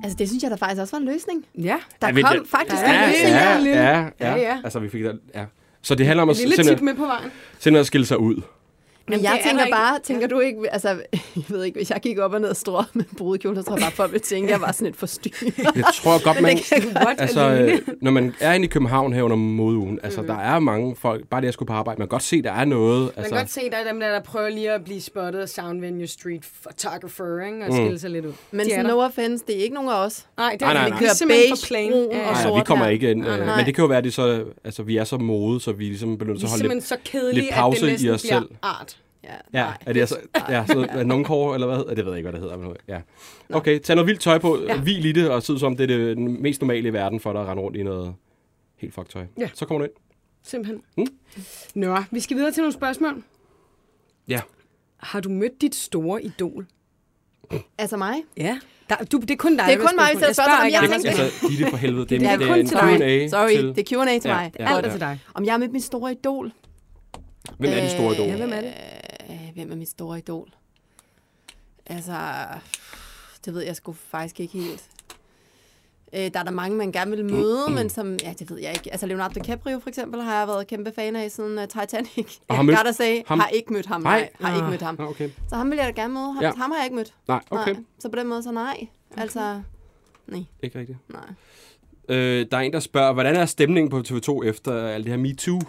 Speaker 3: Altså, det synes jeg da faktisk også var en løsning.
Speaker 1: Ja.
Speaker 3: Der
Speaker 2: Ja, men
Speaker 3: kom
Speaker 2: det-
Speaker 3: faktisk
Speaker 1: Ja,
Speaker 3: en
Speaker 1: ja,
Speaker 3: løsning.
Speaker 1: ja, lille.
Speaker 2: ja, ja,
Speaker 1: Ja, ja.
Speaker 2: ja. Altså, vi fik det, ja. Så det handler om at
Speaker 1: Lille tip
Speaker 2: simpelthen,
Speaker 1: med på vejen.
Speaker 2: simpelthen at skille sig ud.
Speaker 3: Men
Speaker 1: Jamen,
Speaker 3: jeg
Speaker 1: det er der
Speaker 3: tænker
Speaker 1: ikke.
Speaker 3: bare, tænker du ikke, altså, jeg ved ikke, hvis jeg gik op og ned og strå med en brudekjole, så tror jeg bare, folk ville tænke, at jeg var sådan et forstyrret.
Speaker 2: Jeg tror godt, man...
Speaker 1: What
Speaker 2: Altså, øh, når man er inde i København her under modeugen, altså, der er mange folk, bare det, jeg skulle på arbejde, man kan godt se, der er
Speaker 1: Mhm.
Speaker 2: noget.
Speaker 1: Man
Speaker 2: Altså,
Speaker 1: kan godt se, der er dem der, der prøver lige at blive spottet af Sound Venue Street Photographer, ikke? Og skille sig lidt ud.
Speaker 3: Men
Speaker 1: De er
Speaker 3: sådan,
Speaker 1: der.
Speaker 3: no offense, det er ikke nogen af os.
Speaker 1: Nej, det
Speaker 2: Mm. Nej, nej,
Speaker 1: er
Speaker 2: nej.
Speaker 1: ikke simpelthen for plain.
Speaker 3: Beige, brun
Speaker 1: Ja,
Speaker 3: og
Speaker 1: ja.
Speaker 2: Nej,
Speaker 3: sort
Speaker 2: vi kommer
Speaker 3: her.
Speaker 2: ikke ind.
Speaker 1: Nej,
Speaker 2: Øh,
Speaker 3: nej.
Speaker 2: men det kan jo være, at det så, altså, vi er så mode, så vi ligesom begynder
Speaker 1: Vi
Speaker 2: at
Speaker 1: er
Speaker 2: holde
Speaker 1: simpelthen
Speaker 2: lidt...
Speaker 1: så
Speaker 2: lidt
Speaker 1: kedelige, at
Speaker 2: pause
Speaker 1: det
Speaker 2: i
Speaker 1: næsten
Speaker 2: os
Speaker 1: bliver
Speaker 2: selv.
Speaker 1: art.
Speaker 3: Ja,
Speaker 2: Ja, er det altså, ja, så er noncore, eller hvad hedder det? ved jeg ikke, hvad det hedder. Men ja. Okay, tag noget vildt tøj på, ja. hvil i det, og se ud som, det er det mest normale i verden for dig at rende rundt i noget helt fucked tøj.
Speaker 1: Ja.
Speaker 2: Så kommer du ind.
Speaker 1: Simpelthen.
Speaker 2: Mm.
Speaker 1: Nå, vi skal videre til nogle spørgsmål.
Speaker 2: Ja.
Speaker 1: Har du mødt dit store idol?
Speaker 3: Altså mig?
Speaker 1: Ja. Der, du, det er kun dig,
Speaker 3: Det
Speaker 1: der
Speaker 3: er kun mig,
Speaker 1: spørger
Speaker 3: vi stiller
Speaker 1: Jeg spørger
Speaker 3: spørgsmål. Jeg
Speaker 1: ikke
Speaker 2: Det,
Speaker 3: tænkte-
Speaker 1: andre.
Speaker 3: tænker-
Speaker 2: altså, Ditte for helvede, det,
Speaker 1: Det er
Speaker 2: det,
Speaker 1: kun til dig.
Speaker 2: Q&A
Speaker 3: Sorry,
Speaker 2: til,
Speaker 3: det er Q&A til
Speaker 2: Ja,
Speaker 3: mig.
Speaker 2: ja.
Speaker 1: Alt er til dig.
Speaker 3: Om jeg er med mit store idol?
Speaker 2: Hvem er din store idol?
Speaker 3: Øh,
Speaker 1: hvem er det?
Speaker 3: Øh, hvem er mit store idol? Altså, det ved jeg sgu faktisk ikke helt. Øh, der er der mange, man gerne vil
Speaker 2: Mm.
Speaker 3: møde, men som, ja, det ved jeg ikke. Altså Leonardo DiCaprio for eksempel har jeg været kæmpe fan af siden uh, Titanic.
Speaker 2: Og
Speaker 3: Og
Speaker 2: har
Speaker 3: har
Speaker 2: mødt
Speaker 3: mødt sagde,
Speaker 2: ham?
Speaker 3: ham? har ikke mødt ham.
Speaker 2: Nej.
Speaker 3: Nej, har ikke mødt ham.
Speaker 2: Ah, okay.
Speaker 3: Så ham vil jeg da gerne møde. Ham,
Speaker 2: Ja.
Speaker 3: ja. ham har jeg ikke mødt.
Speaker 2: Nej, okay.
Speaker 3: Nej. Så på den måde så nej. Altså, nej,
Speaker 2: Ikke rigtigt.
Speaker 3: nej.
Speaker 2: Øh, der er en, der spørger, hvordan er stemningen på TV2 efter alt det her MeToo?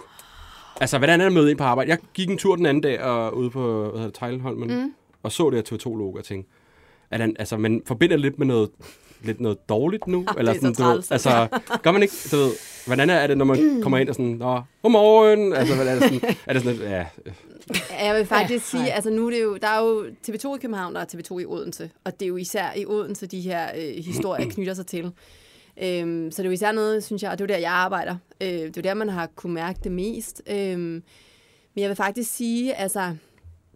Speaker 2: Altså, hvordan er det møde ind på arbejde? Jeg gik en tur den anden dag og, ude på hvad hedder det, Tejlholmen, mm. og så det her TV2-logo og tænkte, at han, altså, man forbinder det lidt med noget, lidt noget dårligt nu?
Speaker 3: Ah, det er så
Speaker 2: sådan, du ved,
Speaker 3: træls.
Speaker 2: altså, gør man ikke, du ved, hvordan er det, når man kommer ind og sådan, Nå, godmorgen, altså, hvad er det sådan, er det sådan lidt, ja, øh,
Speaker 3: Ja, Jeg vil faktisk
Speaker 1: Ja,
Speaker 3: ja,
Speaker 1: nej.
Speaker 3: sige, altså nu er det jo, der er jo TV2 i København, der er TV2 i Odense, og det er jo især i Odense, de her øh, historier knytter sig til. Øhm, så det er jo især noget, synes jeg, og det er jo der, jeg arbejder. Øh, det er jo der, man har kunne mærke det mest. Øhm, men jeg vil faktisk sige, altså,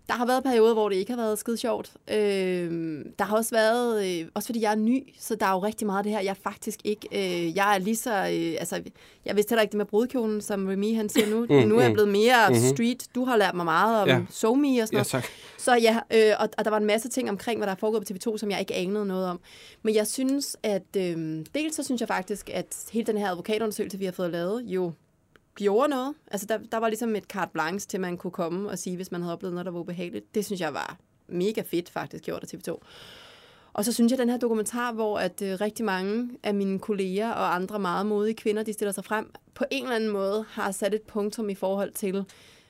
Speaker 3: der har været perioder, hvor det ikke har været skide sjovt. Øhm, der har også været, øh, også fordi jeg er ny, så der er jo rigtig meget af det her, jeg faktisk ikke, øh, jeg er lige så, øh, altså, jeg vidste heller ikke det med brudkjolen, som Remy han siger nu. Mm, nu er jeg blevet mere mm-hmm. street, du har lært mig meget om
Speaker 2: Ja.
Speaker 3: ja. SoMe og sådan
Speaker 2: ja,
Speaker 3: noget.
Speaker 2: tak.
Speaker 3: Så ja, øh, og, og der var en masse ting omkring, hvad der er foregået på TV2, som jeg ikke anede noget om. Men jeg synes, at øh, dels så synes jeg faktisk, at hele den her advokatundersøgelse, vi har fået lavet, jo gjorde noget. Altså, der, der var ligesom et carte blanche til, at man kunne komme og sige, hvis man havde oplevet noget, der var ubehageligt. Det synes jeg var mega fedt faktisk, gjort af TV2. Og så synes jeg, at den her dokumentar, hvor at øh, rigtig mange af mine kolleger og andre meget modige kvinder, de stiller sig frem, på en eller anden måde har sat et punktum i forhold til,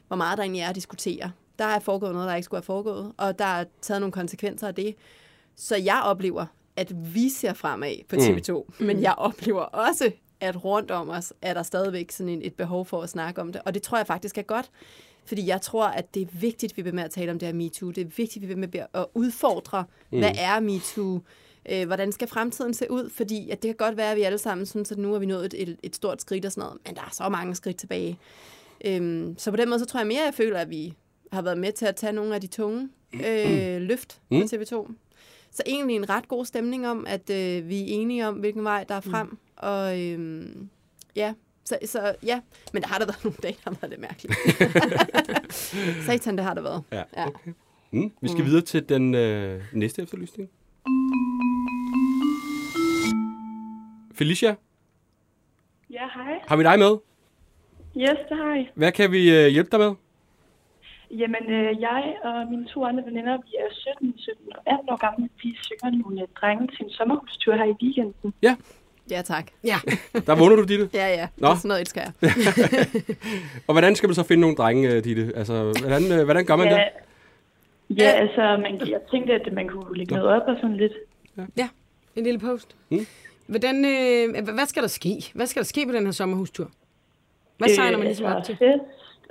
Speaker 3: hvor meget der egentlig er at diskutere. Der er foregået noget, der ikke skulle have foregået, og der er taget nogle konsekvenser af det. Så jeg oplever, at vi ser fremad på TV2, mm. men jeg oplever også, at rundt om os er der stadigvæk sådan en, et behov for at snakke om det. Og det tror jeg faktisk er godt, fordi jeg tror, at det er vigtigt, at vi bliver med at tale om det her MeToo. Det er vigtigt, at vi bliver med at udfordre, mm. hvad er MeToo? Øh, hvordan skal fremtiden se ud? Fordi at det kan godt være, at vi alle sammen synes, at nu har vi nået et, et, et stort skridt og sådan noget, men der er så mange skridt tilbage. Øhm, så på den måde, så tror jeg mere, at jeg føler, at vi har været med til at tage nogle af de tunge øh, løft på TV2. Så egentlig en ret god stemning om, at øh, vi er enige om, hvilken vej der er frem. Mm. Og øhm, ja, så, så ja, men der har der været nogle dage, der har været lidt mærkeligt. Satan, det har der været.
Speaker 2: Ja.
Speaker 3: Ja.
Speaker 2: Mm. Vi skal mm. videre til den øh, næste efterlysning. Felicia,
Speaker 8: Ja, hej.
Speaker 2: har vi dig med?
Speaker 8: Yes, det har jeg.
Speaker 2: Hvad kan vi øh, hjælpe dig med?
Speaker 8: Jamen, øh, jeg og mine to andre veninder, vi er 17, 17 og 18 år gamle. Vi synger nogle øh, drenge til en sommerhustur her i weekenden.
Speaker 3: ja, tak.
Speaker 1: Ja,
Speaker 2: Der vågner du, Ditte.
Speaker 3: Ja, ja.
Speaker 2: Nå.
Speaker 3: Nå. Sådan noget elsker jeg.
Speaker 2: Og hvordan skal man så finde nogle drenge, øh, Ditte? Altså, hvordan, øh, hvordan gør man det?
Speaker 8: ja, ja, altså, man, jeg tænkte, at man kunne lægge noget op og sådan lidt.
Speaker 1: ja. En lille post.
Speaker 2: Mm.
Speaker 1: Hvordan, øh, h- hvad skal der ske? Hvad skal der ske på den her sommerhustur? Hvad signer man ligesom
Speaker 2: Øh,
Speaker 1: op
Speaker 8: altså,
Speaker 1: til?
Speaker 8: Fest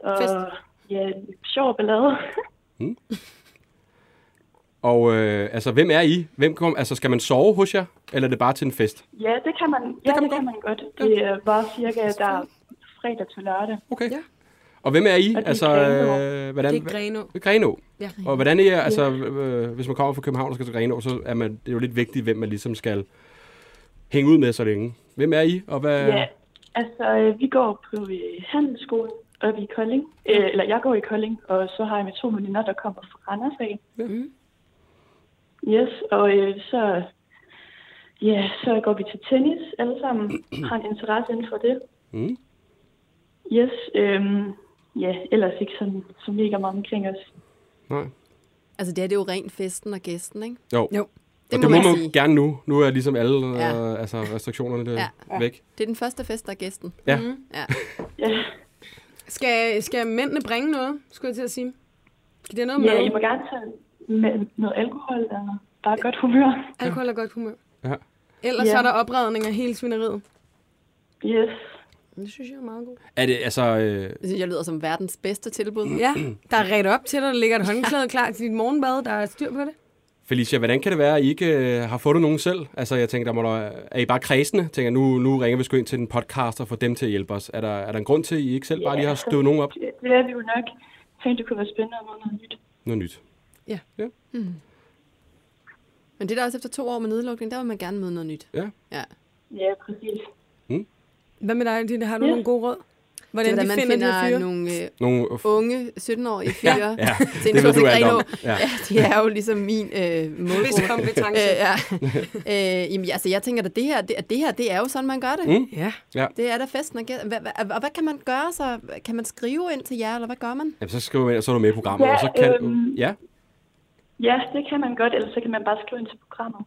Speaker 8: og
Speaker 1: Fest.
Speaker 8: fest. ja, sjov ballade.
Speaker 2: Og øh, altså, hvem er I? Hvem kom, altså, skal man sove hos jer? Eller er det bare til en fest?
Speaker 8: ja, det kan man, ja, det kan man godt. Det øh, var cirka der fredag til lørdag.
Speaker 2: Okay.
Speaker 1: Ja.
Speaker 2: Og hvem er I?
Speaker 8: Og det er
Speaker 2: altså,
Speaker 8: Grenaa.
Speaker 2: øh, hvordan,
Speaker 1: Det er Grenå.
Speaker 2: Det er Grenå.
Speaker 1: Ja.
Speaker 2: Og hvordan er I? Altså, øh, hvis man kommer fra København og skal til Grenå, så er man, det er jo lidt vigtigt, hvem man ligesom skal hænge ud med så længe. Hvem er I? Og hvad...
Speaker 8: Ja, altså øh, vi går på øh, handelsskolen oppe i Kolding. Øh, eller jeg går i Kolding, og så har jeg med to veninder, der kommer fra Randers af. Yes, og øh, så, ja, så går vi til tennis alle sammen. Har en interesse inden for det.
Speaker 2: Mm.
Speaker 8: Yes, øh, ja, ellers ikke sådan, så mega meget omkring os.
Speaker 2: Nej.
Speaker 3: Altså, det her det er jo rent festen og gæsten, ikke?
Speaker 2: Jo.
Speaker 1: Jo.
Speaker 2: Det,
Speaker 3: Det må
Speaker 2: det må
Speaker 3: man
Speaker 2: man
Speaker 3: sige.
Speaker 2: jo gerne nu. Nu er ligesom alle
Speaker 3: Ja.
Speaker 2: ja. øh, altså restriktionerne
Speaker 3: Ja.
Speaker 2: ja. væk.
Speaker 3: Det er den første fest, der er gæsten.
Speaker 2: Ja.
Speaker 3: Ja.
Speaker 8: Ja,
Speaker 1: Skal, skal mændene bringe noget, skulle jeg til at sige? Skal det have noget med
Speaker 8: ja I må gerne tage med noget alkohol og bare godt humør.
Speaker 1: alkohol og godt humør?
Speaker 2: Ja.
Speaker 1: Ellers
Speaker 8: Ja.
Speaker 1: er der opredning af hele svineriet.
Speaker 8: Yes.
Speaker 1: Det synes jeg er meget godt.
Speaker 2: Er det altså... Øh,
Speaker 3: Det synes jeg lyder som verdens bedste tilbud.
Speaker 2: Mm.
Speaker 1: Ja, der er ret op til dig, der ligger et håndklæde klar til dit morgenbad, der er styr på det.
Speaker 2: Felicia, hvordan kan det være, at I ikke øh, har fundet nogen selv? Altså, jeg tænker, der må der, er I bare kredsende? Tænker, nu, nu ringer vi sgu ind til den podcast og får dem til at hjælpe os. Er der, er der en grund til, at I ikke selv bare lige har støvet nogen op?
Speaker 8: Det, det er vi jo nok. Jeg tænkte, det kunne være spændende at møde noget nyt.
Speaker 2: Noget nyt.
Speaker 3: Men det er der også efter to år med nedlukning, der vil man gerne møde noget nyt.
Speaker 2: Ja.
Speaker 3: ja.
Speaker 8: Ja, præcis.
Speaker 1: Hvad med dig, Ditte? Har du nogle gode råd? Hvordan,
Speaker 3: Hvordan
Speaker 1: de
Speaker 3: man
Speaker 1: finder, de
Speaker 3: finder
Speaker 1: fyre?
Speaker 3: nogle øh,
Speaker 2: Nogle, uh,
Speaker 3: unge 17-årige fyre. ja,
Speaker 2: ja, det ved du alt om. Ja.
Speaker 3: Ja, det er jo ligesom min øh,
Speaker 1: Hvis
Speaker 3: målgruppe.
Speaker 1: kompetence.
Speaker 3: Øh, ja. øh, jamen, altså, jeg tænker, at det her, det, at det her, det er jo sådan, man gør det.
Speaker 2: Mm.
Speaker 1: Ja.
Speaker 3: Det er da festen. Og, gæ- hvad, hvad, og hvad kan man gøre så? Kan man skrive ind til jer, eller hvad gør man?
Speaker 2: Jamen, så skriver man, og så er du med i programmet,
Speaker 8: Ja,
Speaker 2: og så kan
Speaker 8: øhm.
Speaker 2: Ja,
Speaker 8: Ja, det kan man godt, ellers så kan man bare skrive ind til programmet.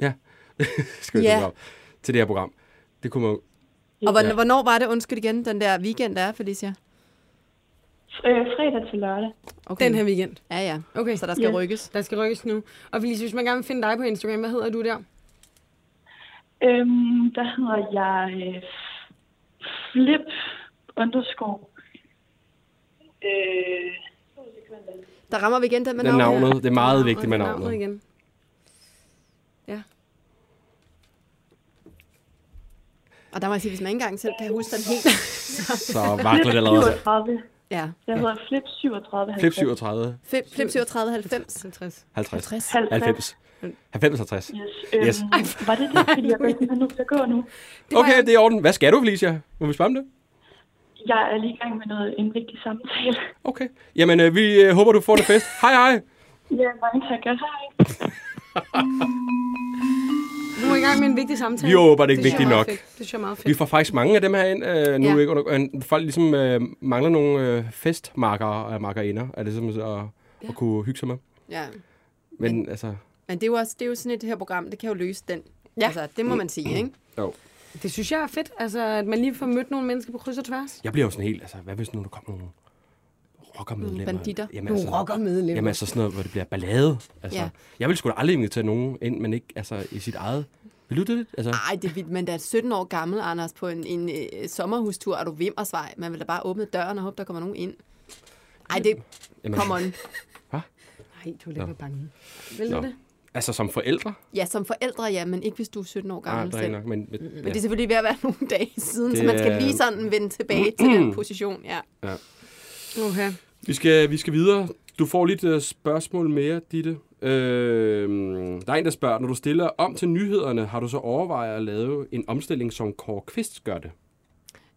Speaker 2: ja. skriver
Speaker 3: Ja.
Speaker 2: ja. Program, til det her program. Det kunne man jo-
Speaker 3: Og hvornår, hvornår var det, undskyld igen, den der weekend, der er, Felicia?
Speaker 8: Øh, fredag til lørdag.
Speaker 3: Okay.
Speaker 1: Den her weekend.
Speaker 3: Ja, ja.
Speaker 1: Okay,
Speaker 3: Så der skal
Speaker 8: Ja.
Speaker 3: rykkes.
Speaker 1: der skal rykkes nu. Og Felice, hvis man gerne vil finde dig på Instagram, hvad hedder du der?
Speaker 8: Øhm, der hedder jeg øh, Flip underscore. Øh,
Speaker 3: Der rammer vi igen den med
Speaker 2: Den
Speaker 3: navnet.
Speaker 2: navnet, det er meget vigtigt med
Speaker 1: Navnet
Speaker 2: navnet.
Speaker 1: igen. Ja.
Speaker 3: Og der må jeg sige, hvis man ikke engang selv kan huske den helt.
Speaker 2: Så vakler Ah, det allerede.
Speaker 8: 37.
Speaker 3: Ja.
Speaker 8: Jeg hedder Flip 37.
Speaker 2: Flip 37,
Speaker 3: 5, 5 37, 90.
Speaker 1: 50.
Speaker 2: 50,
Speaker 8: 90.
Speaker 2: 90, 90, 50.
Speaker 8: Yes. Øhm,
Speaker 2: Yes.
Speaker 8: Var det det, fordi jeg godt simpelthen nu skal gå nu?
Speaker 2: Okay, det er i orden. Hvad skal du, Felicia? Må vi spørge om det?
Speaker 8: Jeg er lige i gang med noget, en vigtig samtale.
Speaker 2: Okay. Jamen, øh, vi øh, håber, du får det fest. Hej, hej.
Speaker 8: Ja, mange tak. Hej.
Speaker 1: Nu er i gang med en vigtig samtale.
Speaker 2: Vi er åbenbart ikke
Speaker 1: Det synes jeg er
Speaker 2: vigtige nok.
Speaker 1: meget fedt. Det synes jeg er meget
Speaker 2: Vi
Speaker 1: fedt.
Speaker 2: får faktisk mange af dem her ind øh, nu.
Speaker 3: Ja.
Speaker 2: Ja. Ikke? Under, øh, folk ligesom øh, mangler nogle øh, festmarkere og markerinder. Er det simpelthen at, at kunne hygge sig med?
Speaker 3: Ja.
Speaker 2: Men altså...
Speaker 3: Men det er jo også det er jo sådan et her program, det kan jo løse den. Ja. Altså, det må man sige, ikke?
Speaker 2: Jo.
Speaker 1: Det synes jeg er fedt, altså, at man lige får mødt nogle mennesker på kryds og tværs.
Speaker 2: Jeg bliver jo sådan helt... Altså, hvad hvis nu der kommer nogle rockermedlemmer?
Speaker 3: Nogle banditter.
Speaker 2: Jamen, altså,
Speaker 1: rockermedlemmer.
Speaker 2: Jamen altså sådan noget, hvor det bliver ballade. Altså,
Speaker 3: Ja.
Speaker 2: ja. Jeg vil sgu da aldrig invitere nogen ind, men ikke altså, i sit eget... Vil du det lidt? Altså,
Speaker 3: Ej, det er vildt, men da er 17 år gammel, Anders, på en, en øh, sommerhustur, er du vimmersvej. Man vil da bare åbne døren og håbe, der kommer nogen ind. Ej, det...
Speaker 2: jamen,
Speaker 3: Come on.
Speaker 1: Nej, du er lidt bange. Vil du
Speaker 2: Nå.
Speaker 1: det?
Speaker 2: altså som forældre? Ah,
Speaker 3: Ja, som forældre, ja, men ikke hvis du er 17 år
Speaker 2: Nej,
Speaker 3: gammel
Speaker 2: det er
Speaker 3: selv.
Speaker 2: nok, men... men
Speaker 3: Men det er selvfølgelig ved at være nogle dage siden, det, så
Speaker 2: Det
Speaker 3: man skal
Speaker 2: er-
Speaker 3: lige sådan vende tilbage til den position, ja.
Speaker 1: Okay.
Speaker 2: Vi skal, vi skal videre. Du får lidt uh, spørgsmål mere, Ditte. Øh, der er en, der spørger, når du stiller om til nyhederne, har du så overvejet at lave en omstilling, som Kåre Kvist gør det?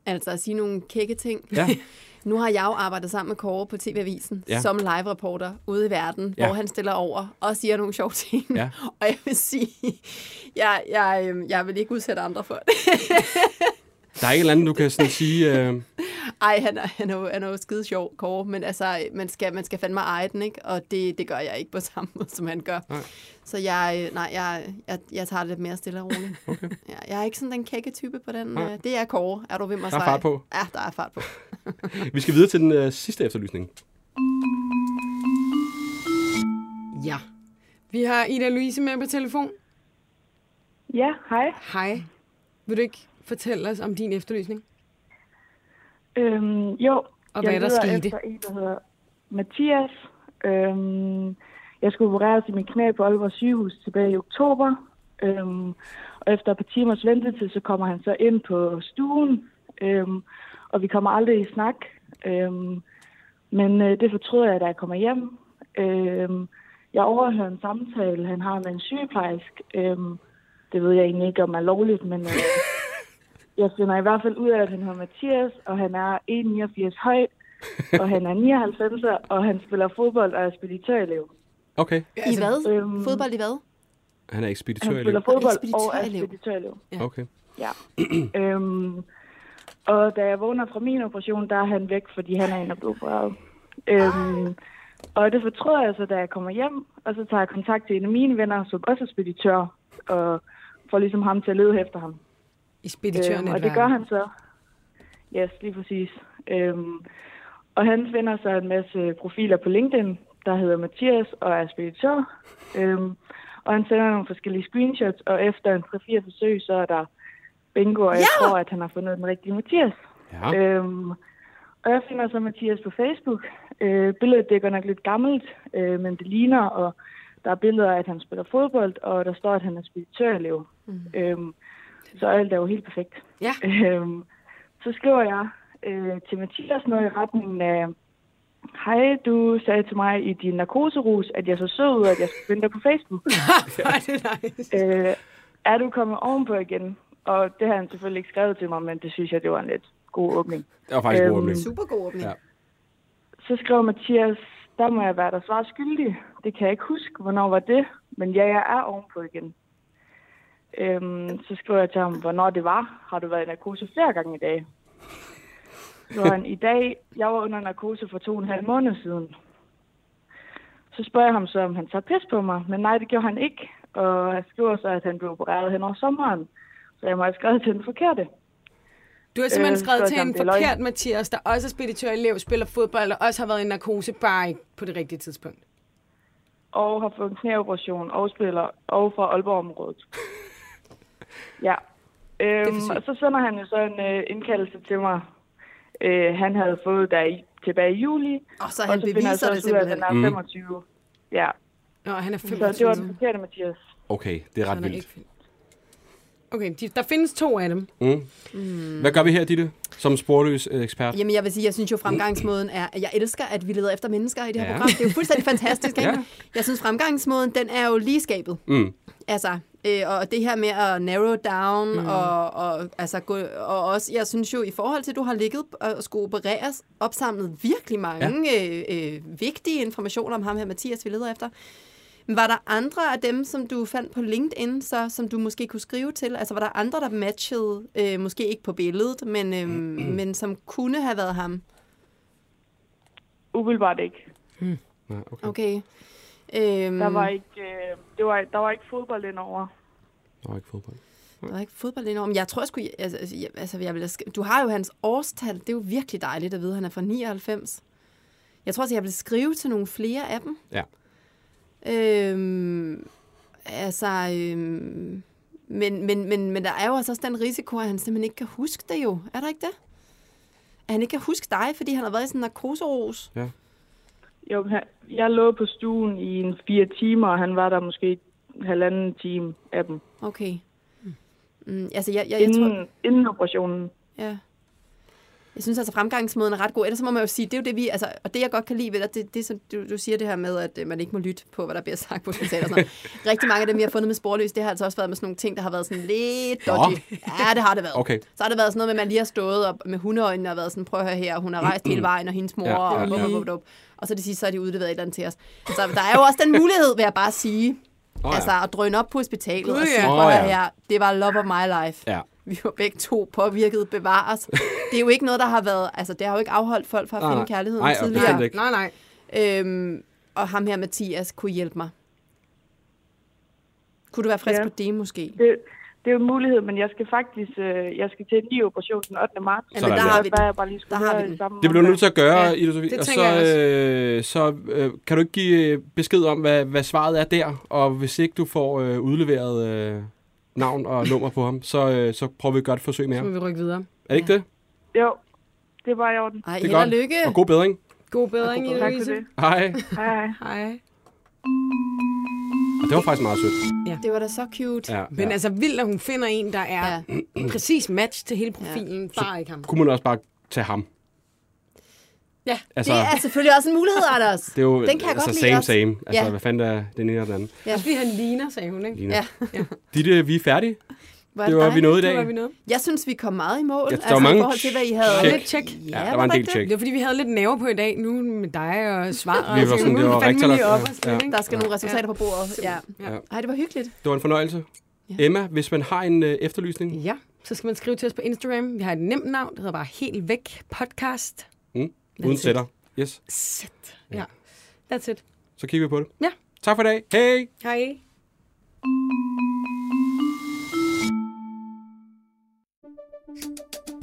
Speaker 3: Altså at sige nogle kække ting.
Speaker 2: Ja.
Speaker 3: Nu har jeg jo arbejdet sammen med Kåre på TV-avisen ja.
Speaker 2: Ja.
Speaker 3: som live-reporter ude i verden, ja.
Speaker 2: Ja.
Speaker 3: hvor han stiller over og siger nogle sjove ting.
Speaker 2: Ja.
Speaker 3: Og jeg vil sige, jeg, jeg, øhm, jeg vil ikke udsætte andre for det.
Speaker 2: Der er ikke et eller andet, du kan sådan sige... Øh,
Speaker 3: Ej, han er, han er, jo, han er jo skide sjov, Kåre, men altså, man skal, man skal fandme eje den, ikke? Og det, det gør jeg ikke på samme måde, som han gør. Nej. Så jeg, øh, nej, jeg, jeg, jeg tager det lidt mere stille og roligt. Okay. Ja, jeg er ikke sådan den kække type på den. Øh, det er Kåre. Er du ved mig
Speaker 2: Der er fart på.
Speaker 3: Ja, der er fart på.
Speaker 2: vi skal videre til den øh, sidste efterlysning.
Speaker 1: Ja. Vi har Ida Louise med på telefon.
Speaker 8: Ja, hej.
Speaker 1: Hej. Vil du ikke fortælle os om din efterlysning?
Speaker 8: Øhm, jo.
Speaker 1: Og hvad
Speaker 8: jeg
Speaker 1: der
Speaker 8: leder
Speaker 1: skete?
Speaker 8: Efter en, der hedder Mathias. Øhm, jeg skulle opereres i min knæ på Aalborg sygehus tilbage i oktober. Øhm, og efter et par timers ventetid, så kommer han så ind på stuen. Øhm, og vi kommer aldrig i snak. Øhm, men øh, det fortryder jeg, da jeg kommer hjem. Øhm, jeg overhører en samtale, han har med en sygeplejersk. Øhm, det ved jeg egentlig ikke, om er lovligt, men... Øh, jeg finder i hvert fald ud af, at han hedder Mathias, og han er 1,89 høj, og han er 99, og han spiller fodbold og er speditørelev.
Speaker 2: Okay.
Speaker 3: I hvad?
Speaker 8: øhm,
Speaker 3: Fodbold i hvad?
Speaker 2: Han er
Speaker 8: Han
Speaker 2: ekspeditør
Speaker 8: spiller fodbold og er
Speaker 3: Ekspeditørelev.
Speaker 8: ekspeditørelev.
Speaker 2: Okay.
Speaker 8: Ja. øhm, og da jeg vågner fra min operation, der er han væk, fordi han er inde og blive opereret. Øhm, og det fortrøder jeg så, da jeg kommer hjem, og så tager jeg kontakt til en af mine venner, som også er speditør, og får ligesom ham til at lede efter ham.
Speaker 1: I speditørnetværket.
Speaker 8: øhm, Øh, og det gør han så. Yes, lige præcis. Øhm, og han finder så en masse profiler på LinkedIn, der hedder Mathias og er speditør. Øhm, og han sender nogle forskellige screenshots, og efter en 3-4 forsøg, så er der bingo, og jeg
Speaker 3: Ja!
Speaker 8: tror, at han har fundet den rigtige Mathias.
Speaker 2: Ja.
Speaker 8: Øhm, og jeg finder så Mathias på Facebook. Øh, billedet det er godt nok lidt gammelt, øh, men det ligner, og der er billeder af, at han spiller fodbold, og der står, at han er speditørelev. Mm. Øhm, så alt er jo helt perfekt.
Speaker 1: Ja.
Speaker 8: Øhm, så skriver jeg øh, til Mathias noget i retningen af, Hej, du sagde til mig i din narkoserus, at jeg så sød ud, at jeg skulle finde dig på Facebook.
Speaker 1: Hvor er det nice.
Speaker 8: øh, er du kommet ovenpå igen? Og det har han selvfølgelig ikke skrevet til mig, men det synes jeg, det var en lidt god åbning.
Speaker 2: Det var faktisk øhm, en god
Speaker 8: Øhm,
Speaker 2: åbning.
Speaker 3: Super god åbning.
Speaker 2: Ja.
Speaker 3: Ja.
Speaker 8: Så skrev Mathias, der må jeg være der svar skyldig. Det kan jeg ikke huske, hvornår var det, men ja, jeg er ovenpå igen. Øhm, så skrev jeg til ham, hvornår det var. Har du været i narkose flere gange i dag? Så var han, i dag, jeg var under narkose for to og en halv måned siden. Så spørger jeg ham så, om han tager pis på mig, men nej, det gjorde han ikke. Og han skriver så, at han blev opereret hen over sommeren. Så jeg må have skrevet til den forkerte.
Speaker 1: Du har simpelthen
Speaker 8: Øh,
Speaker 1: skrevet
Speaker 8: så
Speaker 1: til en
Speaker 8: jamen, det er løgn.
Speaker 1: forkert Mathias, der også er speditørelev, spiller fodbold og også har været i narkose, bare ikke på det rigtige tidspunkt.
Speaker 8: og har fået en knæoperation og spiller og fra Aalborg-området. ja.
Speaker 1: for
Speaker 8: Øhm,
Speaker 1: sygt.
Speaker 8: og så sender han jo så en øh, indkaldelse til mig. Øh, han havde fået der i, tilbage i juli.
Speaker 3: Og så han
Speaker 8: og så finder jeg
Speaker 3: beviser
Speaker 8: så
Speaker 3: det
Speaker 8: ud af, at
Speaker 3: simpelthen.
Speaker 8: han er 25. Mm. Ja,
Speaker 1: Nå, han er 25.
Speaker 8: så det var den forkerte, Mathias.
Speaker 2: Okay, det er ret
Speaker 1: Han er
Speaker 2: vildt.
Speaker 1: ikke fin. Okay, de, der findes to af dem.
Speaker 2: Mm. Hvad gør vi her, Ditte? Som sporløs øh, ekspert.
Speaker 3: Jamen, jeg vil sige, jeg synes jo, fremgangsmåden er... Jeg elsker, at vi leder efter mennesker i det her
Speaker 2: Ja.
Speaker 3: ja. program. Det er jo fuldstændig fantastisk, ikke?
Speaker 2: Ja.
Speaker 3: Ja. Jeg synes, fremgangsmåden, den er jo ligeskabet.
Speaker 2: Mm.
Speaker 3: Altså, øh, og det her med at narrow down, mm. og, og, altså, gå, og også, jeg synes jo, i forhold til, at du har ligget og skulle opereres, opsamlet virkelig mange ja. øh, øh, vigtige informationer om ham her, Mathias, vi leder efter. Men Var der andre af dem, som du fandt på LinkedIn, så, som du måske kunne skrive til? Altså, var der andre, der matchede, øh, måske ikke på billedet, men, øh,
Speaker 2: Mm.
Speaker 3: men som kunne have været ham?
Speaker 8: Umiddelbart ikke.
Speaker 2: Nej, okay.
Speaker 3: Okay. Øhm,
Speaker 8: Der var ikke, øh, det var, der var ikke fodbold indover.
Speaker 2: Nå, ikke fodbold.
Speaker 3: Der er ikke fodbold indover, men jeg tror sgu... jeg- Altså, altså, jeg, altså jeg vil, da sk- du har jo hans årstal. Det er jo virkelig dejligt at vide, at han er fra 99. Jeg tror også, jeg vil skrive til nogle flere af dem.
Speaker 2: Ja.
Speaker 3: Øhm, altså... Øhm, men, men, men, men der er jo altså også den risiko, at han simpelthen ikke kan huske det jo. Er der ikke det? At han ikke kan huske dig, fordi han har været i sådan en narkoseros.
Speaker 8: Jo, men han- jeg lå på stuen i en fire timer, og han var der måske halvanden time af dem.
Speaker 3: Okay. Mm, altså, jeg, jeg, jeg tror...
Speaker 8: Inden, inden operationen.
Speaker 3: Ja. Jeg synes altså, fremgangsmåden er ret god. Ellers så må man jo sige, det er jo det, vi... Altså, og det, jeg godt kan lide ved dig, det, det er, som du, du siger det her med, at øh, man ikke må lytte på, hvad der bliver sagt på hospitalet og sådan noget. Rigtig mange af dem, vi har fundet med sporløs, det har altså også været med sådan nogle ting, der har været sådan lidt
Speaker 2: Nå.
Speaker 3: dodgy. Ja, det har det været.
Speaker 2: Okay.
Speaker 3: Så har det været sådan noget med, at man lige har stået op med hundeøjnene og været sådan, prøv at høre her, hun har rejst hele vejen, og hendes mor,
Speaker 2: Ja,
Speaker 3: ja,
Speaker 2: ja,
Speaker 3: og,
Speaker 2: ja.
Speaker 3: ja, ja. og så det sidste, så har de udleveret et eller andet til os. Så der er jo også den mulighed, vil jeg bare sige,
Speaker 2: Åh,
Speaker 3: oh,
Speaker 2: ja.
Speaker 3: ja. altså at drøne op på hospitalet
Speaker 1: Gud,
Speaker 3: og sige,
Speaker 1: ja.
Speaker 3: prøv at høre
Speaker 2: Åh, ja.
Speaker 3: her, det var love of my life
Speaker 2: Ja.
Speaker 3: vi var begge to påvirket bevares. Det er jo ikke noget, der har været... Altså, det har jo ikke afholdt folk fra at
Speaker 2: Nej,
Speaker 3: finde
Speaker 2: nej.
Speaker 3: kærligheden
Speaker 2: Nej, og bestemt
Speaker 3: tidligere.
Speaker 2: ikke.
Speaker 1: Nej, nej.
Speaker 3: Øhm, og ham her, Mathias, kunne hjælpe mig. Kunne du være frisk ja.
Speaker 8: Ja.
Speaker 3: på det, måske?
Speaker 8: det, det er jo en mulighed, men jeg skal faktisk øh, jeg skal til en ny operation den 8. marts.
Speaker 3: Jamen,
Speaker 2: Sådan
Speaker 3: der
Speaker 2: der.
Speaker 3: har vi
Speaker 8: Der,
Speaker 3: den.
Speaker 8: jeg bare lige
Speaker 3: Der
Speaker 8: skulle
Speaker 3: har vi
Speaker 8: høre
Speaker 3: den.
Speaker 8: i samme
Speaker 2: Det bliver du nødt til at gøre, ja, Ida Sofie.
Speaker 1: det
Speaker 2: Og så,
Speaker 1: tænker jeg også.
Speaker 2: øh, så øh, kan du ikke give øh, besked om, hvad, hvad svaret er der? Og hvis ikke du får øh, udleveret øh, navn og nummer på ham, så, øh, så prøver vi at gøre et forsøg med
Speaker 1: Så
Speaker 2: ham.
Speaker 1: må vi rykke videre.
Speaker 3: Mm,
Speaker 2: Er det ikke det?
Speaker 8: omgang. Jo, det er bare i orden.
Speaker 3: Ej,
Speaker 2: Det
Speaker 3: held og lykke.
Speaker 2: Og god bedring.
Speaker 1: God bedring, Ida
Speaker 8: Tak for
Speaker 1: Louise.
Speaker 8: det.
Speaker 2: Hej.
Speaker 8: Hej, hej.
Speaker 1: Hej.
Speaker 2: Og det var faktisk meget sødt.
Speaker 3: Det var da så cute.
Speaker 2: Ja,
Speaker 1: Men
Speaker 2: ja.
Speaker 1: altså vildt, at hun finder en, der er
Speaker 3: Ja.
Speaker 1: præcis match til hele profilen. Bare ikke ham.
Speaker 2: Kunne man også bare tage ham?
Speaker 1: Ja.
Speaker 2: Altså,
Speaker 3: Det er selvfølgelig også en mulighed, Anders.
Speaker 2: det er jo
Speaker 3: Den kan jeg
Speaker 2: altså,
Speaker 3: godt lide
Speaker 2: same,
Speaker 3: også.
Speaker 2: same. Altså,
Speaker 3: Ja.
Speaker 2: hvad fanden er den ene og den anden?
Speaker 1: Også fordi han ligner, sagde hun, ikke?
Speaker 2: Lina.
Speaker 3: Ja.
Speaker 2: Ditte, vi er færdige.
Speaker 3: Hvor er
Speaker 2: Det var vi
Speaker 3: dejligt.
Speaker 2: nåede i
Speaker 1: Det
Speaker 2: dag.
Speaker 1: var vi noget.
Speaker 3: Jeg synes, vi kom meget i mål. altså,
Speaker 2: Ja, der var mange
Speaker 3: i forhold til, hvad I havde.
Speaker 2: check.
Speaker 1: Lidt tjek.
Speaker 2: Ja, der var en
Speaker 3: der
Speaker 2: del
Speaker 3: ikke det?
Speaker 2: tjek.
Speaker 1: Det var fordi, vi havde lidt nerver på i dag, nu med dig og svar.
Speaker 2: Vi var sådan, det var rigtig langt.
Speaker 1: op
Speaker 2: Ja,
Speaker 1: og sådan,
Speaker 2: ja.
Speaker 1: ikke?
Speaker 3: Der skal nogle resultater på bordet. Ja.
Speaker 1: Ja.
Speaker 3: Ej, det var hyggeligt.
Speaker 2: Det var en fornøjelse. Emma, hvis man har en øh, efterlysning,
Speaker 1: Ja, så skal man skrive til os på Instagram. Vi har et nemt navn, det hedder bare Helt Væk Podcast.
Speaker 2: mm, uden
Speaker 1: it.
Speaker 2: sætter, yes,
Speaker 1: Sæt. Ja. That's it.
Speaker 2: så kigger vi på det.
Speaker 1: Ja.
Speaker 2: Tak for i dag. Hej!
Speaker 1: Hej.